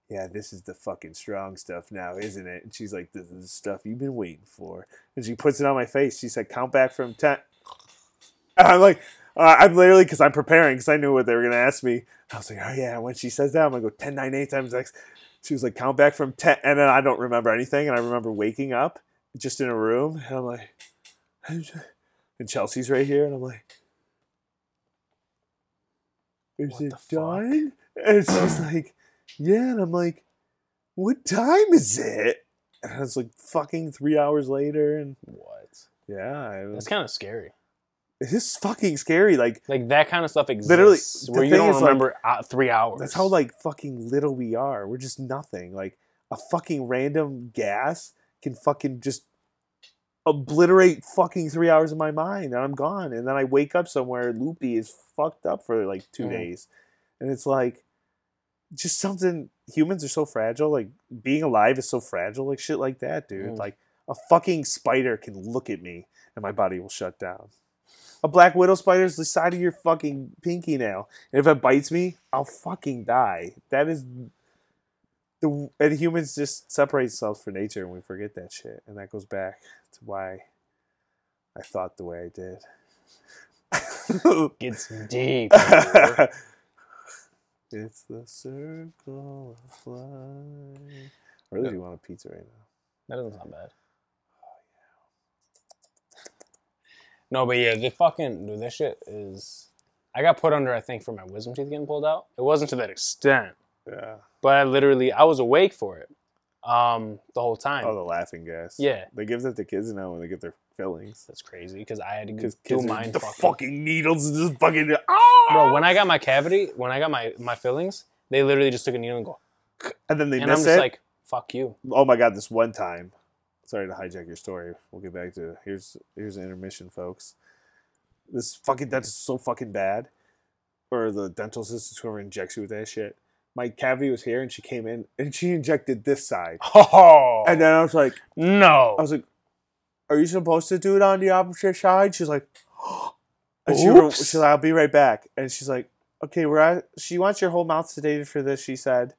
A: yeah, this is the fucking strong stuff now, isn't it? And she's like, this is the stuff you've been waiting for. And she puts it on my face. She said, count back from ten. And I'm like. Uh, I'm literally because I'm preparing because I knew what they were gonna ask me. I was like, oh yeah. When she says that, I'm gonna go 10, 9, 8 times X. She was like, count back from 10. And then I don't remember anything. And I remember waking up just in a room. And I'm like, and Chelsea's right here. And I'm like, is
B: What
A: it
B: the fuck?
A: done? And she's like, yeah. And I'm like, what time is it? And it's like fucking three hours later. And
B: What?
A: yeah, I was,
B: That's kind of scary.
A: it's fucking scary. Like,
B: Like that kind of stuff exists.
A: Literally, the
B: where you
A: thing
B: don't
A: is, like,
B: remember uh, three hours.
A: That's how like fucking little we are. We're just nothing. Like a fucking random gas can fucking just obliterate fucking three hours of my mind, and I'm gone. And then I wake up somewhere loopy is fucked up for like 2
B: Mhm.
A: days, and it's like just something. Humans are so fragile. Like being alive is so fragile. Like shit like that, dude.
B: Mhm.
A: Like a fucking spider can look at me and my body will shut down. A black widow spider's the side of your fucking pinky nail. And if it bites me, I'll fucking die. That is the and humans just separate themselves from nature and we forget that shit. And that goes back to why I thought the way I did.
B: gets deep.
A: it's the circle of life. I really do want a pizza right now.
B: That doesn't sound bad. No, but yeah, the fucking dude, this shit is. I got put under, I think, for my wisdom teeth getting pulled out. It wasn't to that extent,
A: Yeah.
B: but I literally I was awake for it, um, the whole time.
A: Oh, the laughing gas.
B: Yeah.
A: They give that to kids now when they get their fillings.
B: That's crazy because I had to
A: Because
B: do
A: kids are-
B: mine
A: the
B: fucking.
A: fucking needles is just fucking. Oh!
B: Bro, when I got my cavity, when I got my my fillings, they literally just took a needle and go,
A: and then they
B: and I'm
A: miss
B: just
A: it.
B: like, fuck you.
A: oh my god, this one time. Sorry to hijack your story. We'll get back to here's here's an intermission, folks. This fucking dentist is so fucking bad, or the dental assistant whoever injects you with that shit. My cavity was here, and she came in, and she injected this side,
B: Oh
A: and then I was like,
B: no.
A: I was like, "Are you supposed to do it on the opposite side?" She's like, and she
B: Oops.
A: she's like, "I'll be right back," and she's like, "Okay, we're at." She wants your whole mouth sedated for this. She said,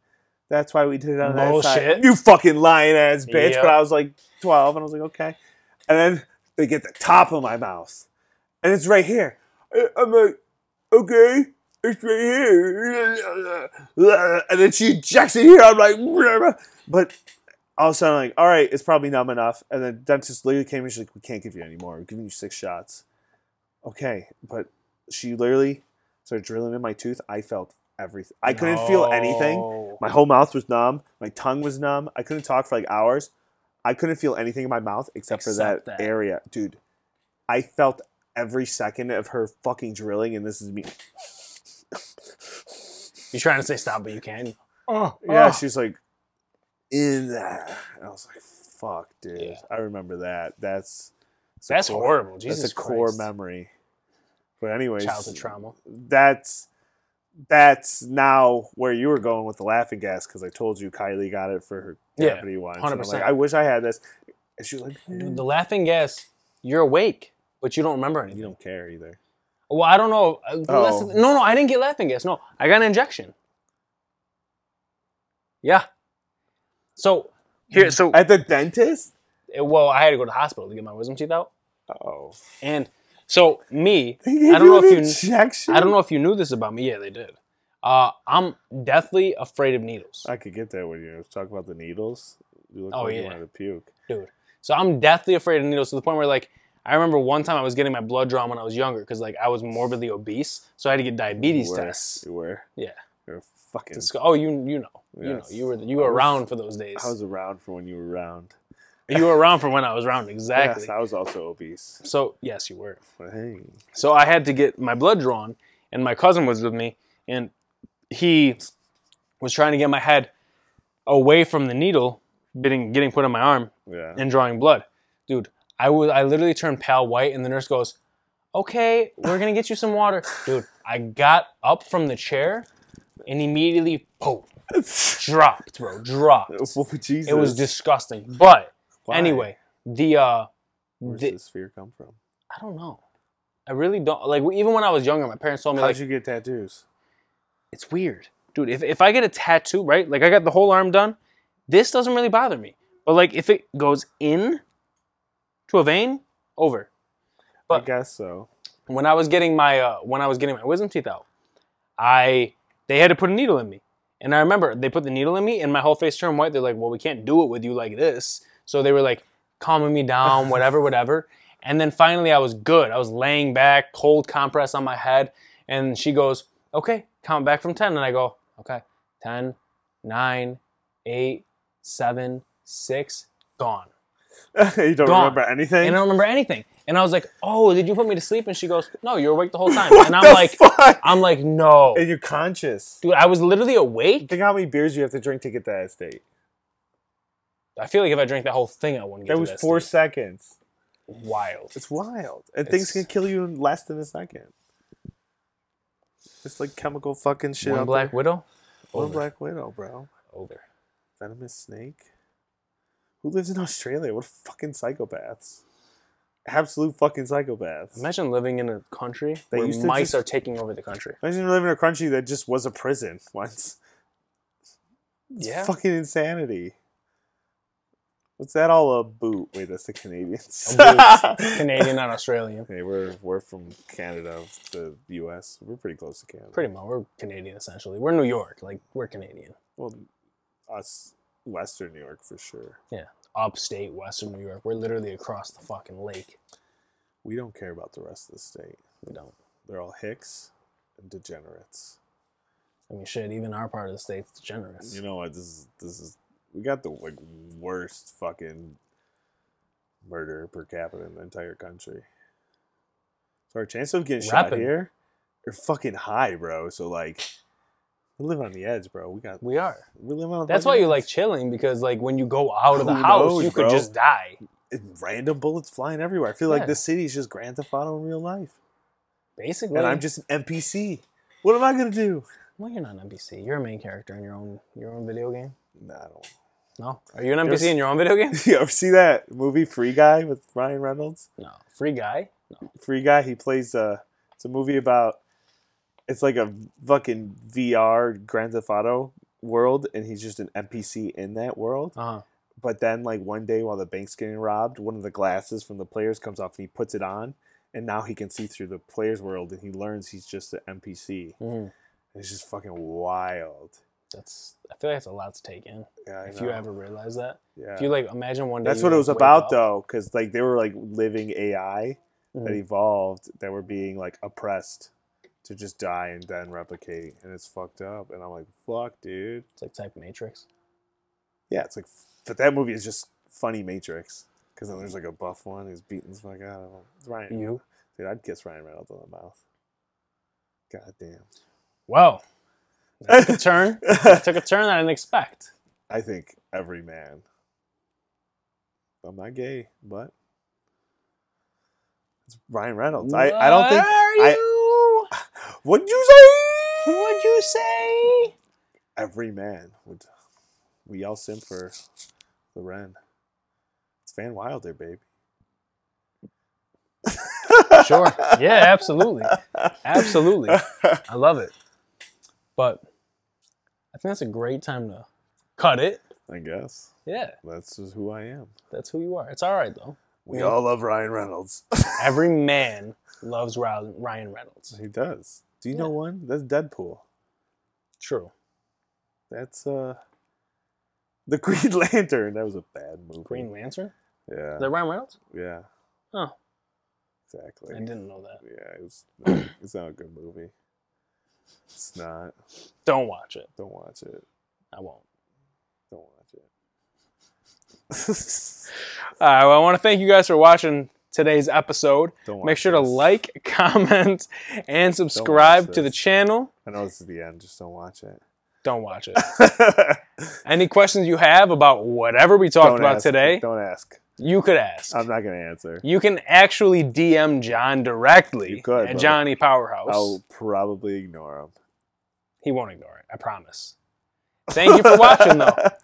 A: "That's why we did it on that side."
B: Bullshit.
A: You fucking lying ass bitch!
B: Yep.
A: But I was like twelve, and I was like, "Okay," and then they get the top of my mouth, and it's right here. I- I'm like, "Okay." It's right here. And then she injects it here. I'm like, but all of a sudden, like, all right, it's probably numb enough. And the dentist literally came and she's like, we can't give you any more. We're giving you six shots. Okay. But she literally started drilling in my tooth. I felt everything. I couldn't feel anything.
B: No.
A: My whole mouth was numb. My tongue was numb. I couldn't talk for like hours. I couldn't feel anything in my mouth except, for that,
B: Except that.
A: area. Dude, I felt every second of her fucking drilling, and this is me.
B: You're trying to say stop, but you can.
A: Oh, yeah,
B: oh.
A: she's like, in that. And I was like, fuck, dude.
B: Yeah.
A: I remember that. That's a
B: That's
A: core-
B: horrible. Jesus
A: That's a core
B: Christ.
A: memory. But anyways,
B: Childhood trauma.
A: That's that's now where you were going with the laughing gas because I told you Kylie got it for her
B: Yeah,
A: cavity once. and I'm
B: 100%.
A: Like, I wish I had this. And she was like, "Mm,
B: Dude, the laughing gas, you're awake, but you don't remember
A: you
B: anything.
A: don't care either.
B: Well, I don't know. Uh, the less-
A: Oh.
B: No, no, I didn't get laughing gas. No, I got an injection. Yeah. So here, so
A: At the dentist?
B: well, I had to go to the hospital to get my wisdom teeth out,
A: Oh,
B: and so me,
A: they gave
B: I don't know
A: an
B: if you, kn-
A: injection.
B: I don't know if you knew this about me. Yeah, they did. Uh, I'm deathly afraid of needles.
A: I could get that when you talk about the needles. You look
B: Oh,
A: like you
B: yeah.
A: wanted to puke.
B: dude. So I'm deathly afraid of needles to the point where like I remember one time I was getting my blood drawn when I was younger because like I was morbidly obese, so I had to get diabetes
A: You were-
B: tests.
A: You were.
B: Yeah.
A: You were fucking.
B: Disgu- oh, you you know, you know,
A: Yes.
B: you were you were
A: I was-
B: around for those days.
A: I was around for when you were around.
B: you were around for when I was around exactly.
A: Yes, I was also obese.
B: so yes, you were.
A: Hey.
B: So I had to get my blood drawn, and my cousin was with me, and he was trying to get my head away from the needle, getting getting put on my arm
A: Yeah.
B: and drawing blood. Dude, I was I literally turned pale white, and the nurse goes, "Okay, we're gonna get you some water." Dude, I got up from the chair, and immediately, poof, dropped, bro, dropped.
A: oh, Jesus.
B: It was disgusting. But
A: Why?
B: anyway, the uh,
A: Where
B: the-
A: does this fear come from?
B: I don't know. I really don't like. Even when I was younger, my parents told me
A: How'd
B: like,
A: you get tattoos?
B: it's weird, dude. If if I get a tattoo, right? Like I got the whole arm done. This doesn't really bother me, but like if it goes in to a vein, over.
A: I
B: But-
A: guess so.
B: When I was getting my uh, when I was getting my wisdom teeth out, I they had to put a needle in me, and I remember they put the needle in me, and my whole face turned white. They're like, well, we can't do it with you like this. So they were like calming me down, whatever, whatever. And then finally, I was good. I was laying back, cold compress on my head. And she goes, okay, count back from 10. And I go, okay, 10, 9, 8, 7, 6, gone.
A: you don't
B: Gone.
A: remember anything?
B: And I don't remember anything. And I was like, oh, did you put me to sleep? And she goes, no, you're awake the whole time.
A: what
B: and I'm
A: the
B: like,
A: fuck?
B: I'm like, no.
A: and you're conscious.
B: Dude, I was literally awake.
A: Think how many beers you have to drink to get to that state.
B: I feel like if I drank that whole thing, I wouldn't get
A: That
B: to
A: was
B: that
A: four
B: state.
A: seconds.
B: Wild.
A: It's wild. And
B: It's-
A: things can kill you in less than a second. It's like chemical fucking shit.
B: One
A: out
B: Black
A: there.
B: Widow? Oh,
A: One
B: Over.
A: black widow, bro.
B: Over.
A: Venomous snake. Who lives in Australia? What fucking psychopaths. Absolute fucking psychopaths.
B: Imagine living in a country
A: They
B: where
A: used to
B: mice
A: just-
B: are taking over the country.
A: Imagine living in a country that just was a prison once. It's
B: Yeah.
A: fucking insanity. What's that all about? Wait, that's the Canadians.
B: A Canadian, not Australian.
A: Hey, we're we're from Canada to the U.S. We're pretty close to Canada.
B: Pretty much, we're Canadian essentially. We're New York, like we're Canadian.
A: well, us Western New York for sure.
B: Upstate, Western New York. We're literally across the fucking lake.
A: We don't care about the rest of the state.
B: We don't.
A: They're all hicks and degenerates.
B: I mean, shit. Even our part of the state's generous.
A: You know what? This is this is we got the like worst fucking murder per capita in the entire country. So our chances of getting shot
B: Rapid.
A: here are fucking high, bro. So like, we live on the edge, bro. We got
B: We are.
A: we live on. the
B: That's why
A: fucking
B: you like
A: edge.
B: chilling because, like, when you go out of the
A: Who
B: house,
A: knows,
B: you could
A: bro?
B: just die.
A: And random bullets flying everywhere. I feel
B: Yeah.
A: like this city is just Grand Theft Auto in real life,
B: Basically,
A: and I'm just an NPC. What am I gonna do?
B: Well, you're not an NPC. You're a main character in your own your own video game.
A: Nah, I don't.
B: No, are you an NPC
A: There's-
B: in your own video game?
A: You ever see that movie Free Guy with Ryan Reynolds?
B: No, free guy.
A: free guy. He plays uh it's a movie about it's like a fucking VR Grand Theft Auto world, and he's just an NPC in that world.
B: Uh huh.
A: But then, like one day, while the bank's getting robbed, one of the glasses from the players comes off, and he puts it on, and now he can see through the player's world, and he learns he's just an NPC. It's just fucking wild.
B: Mm-hmm. That's. I feel like that's a lot to take in.
A: Yeah, I
B: If you
A: know.
B: ever realize that,
A: yeah.
B: if you like imagine one day.
A: That's
B: you,
A: what it
B: like,
A: was
B: wake
A: about,
B: up-
A: though, because like they were like living AI, that
B: Mhm.
A: evolved that were being like oppressed to just die and then replicate and it's fucked up and i'm like fuck dude
B: It's like type Matrix.
A: yeah it's like but that movie is just funny matrix because then there's like a buff one who's beating the fuck out of him It's ryan
B: You.
A: dude i'd kiss ryan reynolds on the mouth god damn
B: Well, that took a turn. That took a turn that I didn't expect.
A: i think every man i'm not gay but it's ryan reynolds I, I don't think
B: What Are
A: I-
B: you?
A: what'd you say
B: What'd you say?
A: every man would we all sim for the Ren. It's Van Wilder, baby.
B: Sure. Yeah, absolutely. Absolutely. I love it. But I think that's a great time to cut it.
A: I guess
B: Yeah,
A: that's just who I am.
B: that's who you are. It's all right though.
A: We
B: Yeah.
A: all love Ryan Reynolds.
B: Every man loves Ryan Ryan Reynolds.
A: he does. Do you
B: Yeah.
A: know one? That's Deadpool.
B: True.
A: That's uh, the Green Lantern. That was a bad movie.
B: Green Lantern.
A: Yeah.
B: Is that Ryan Reynolds?
A: Yeah.
B: Oh.
A: Exactly.
B: I didn't know that.
A: Yeah, it's not, it's not a good movie. It's not.
B: Don't watch it.
A: Don't watch it.
B: I won't.
A: Don't watch it.
B: All right. Well, I want to thank you guys for watching today's episode.
A: Don't watch
B: Make sure to
A: this.
B: like, comment, and subscribe to the
A: this.
B: channel.
A: I know this is the end. Just don't watch it.
B: Don't watch it. Any questions you have about whatever we talked
A: Don't
B: about
A: ask.
B: today,
A: Don't ask.
B: you could ask.
A: I'm not gonna answer.
B: you can actually DM John directly
A: You could,
B: at
A: brother.
B: Johnny Powerhouse.
A: I'll probably ignore him.
B: He won't ignore it. I promise. Thank you for watching, though.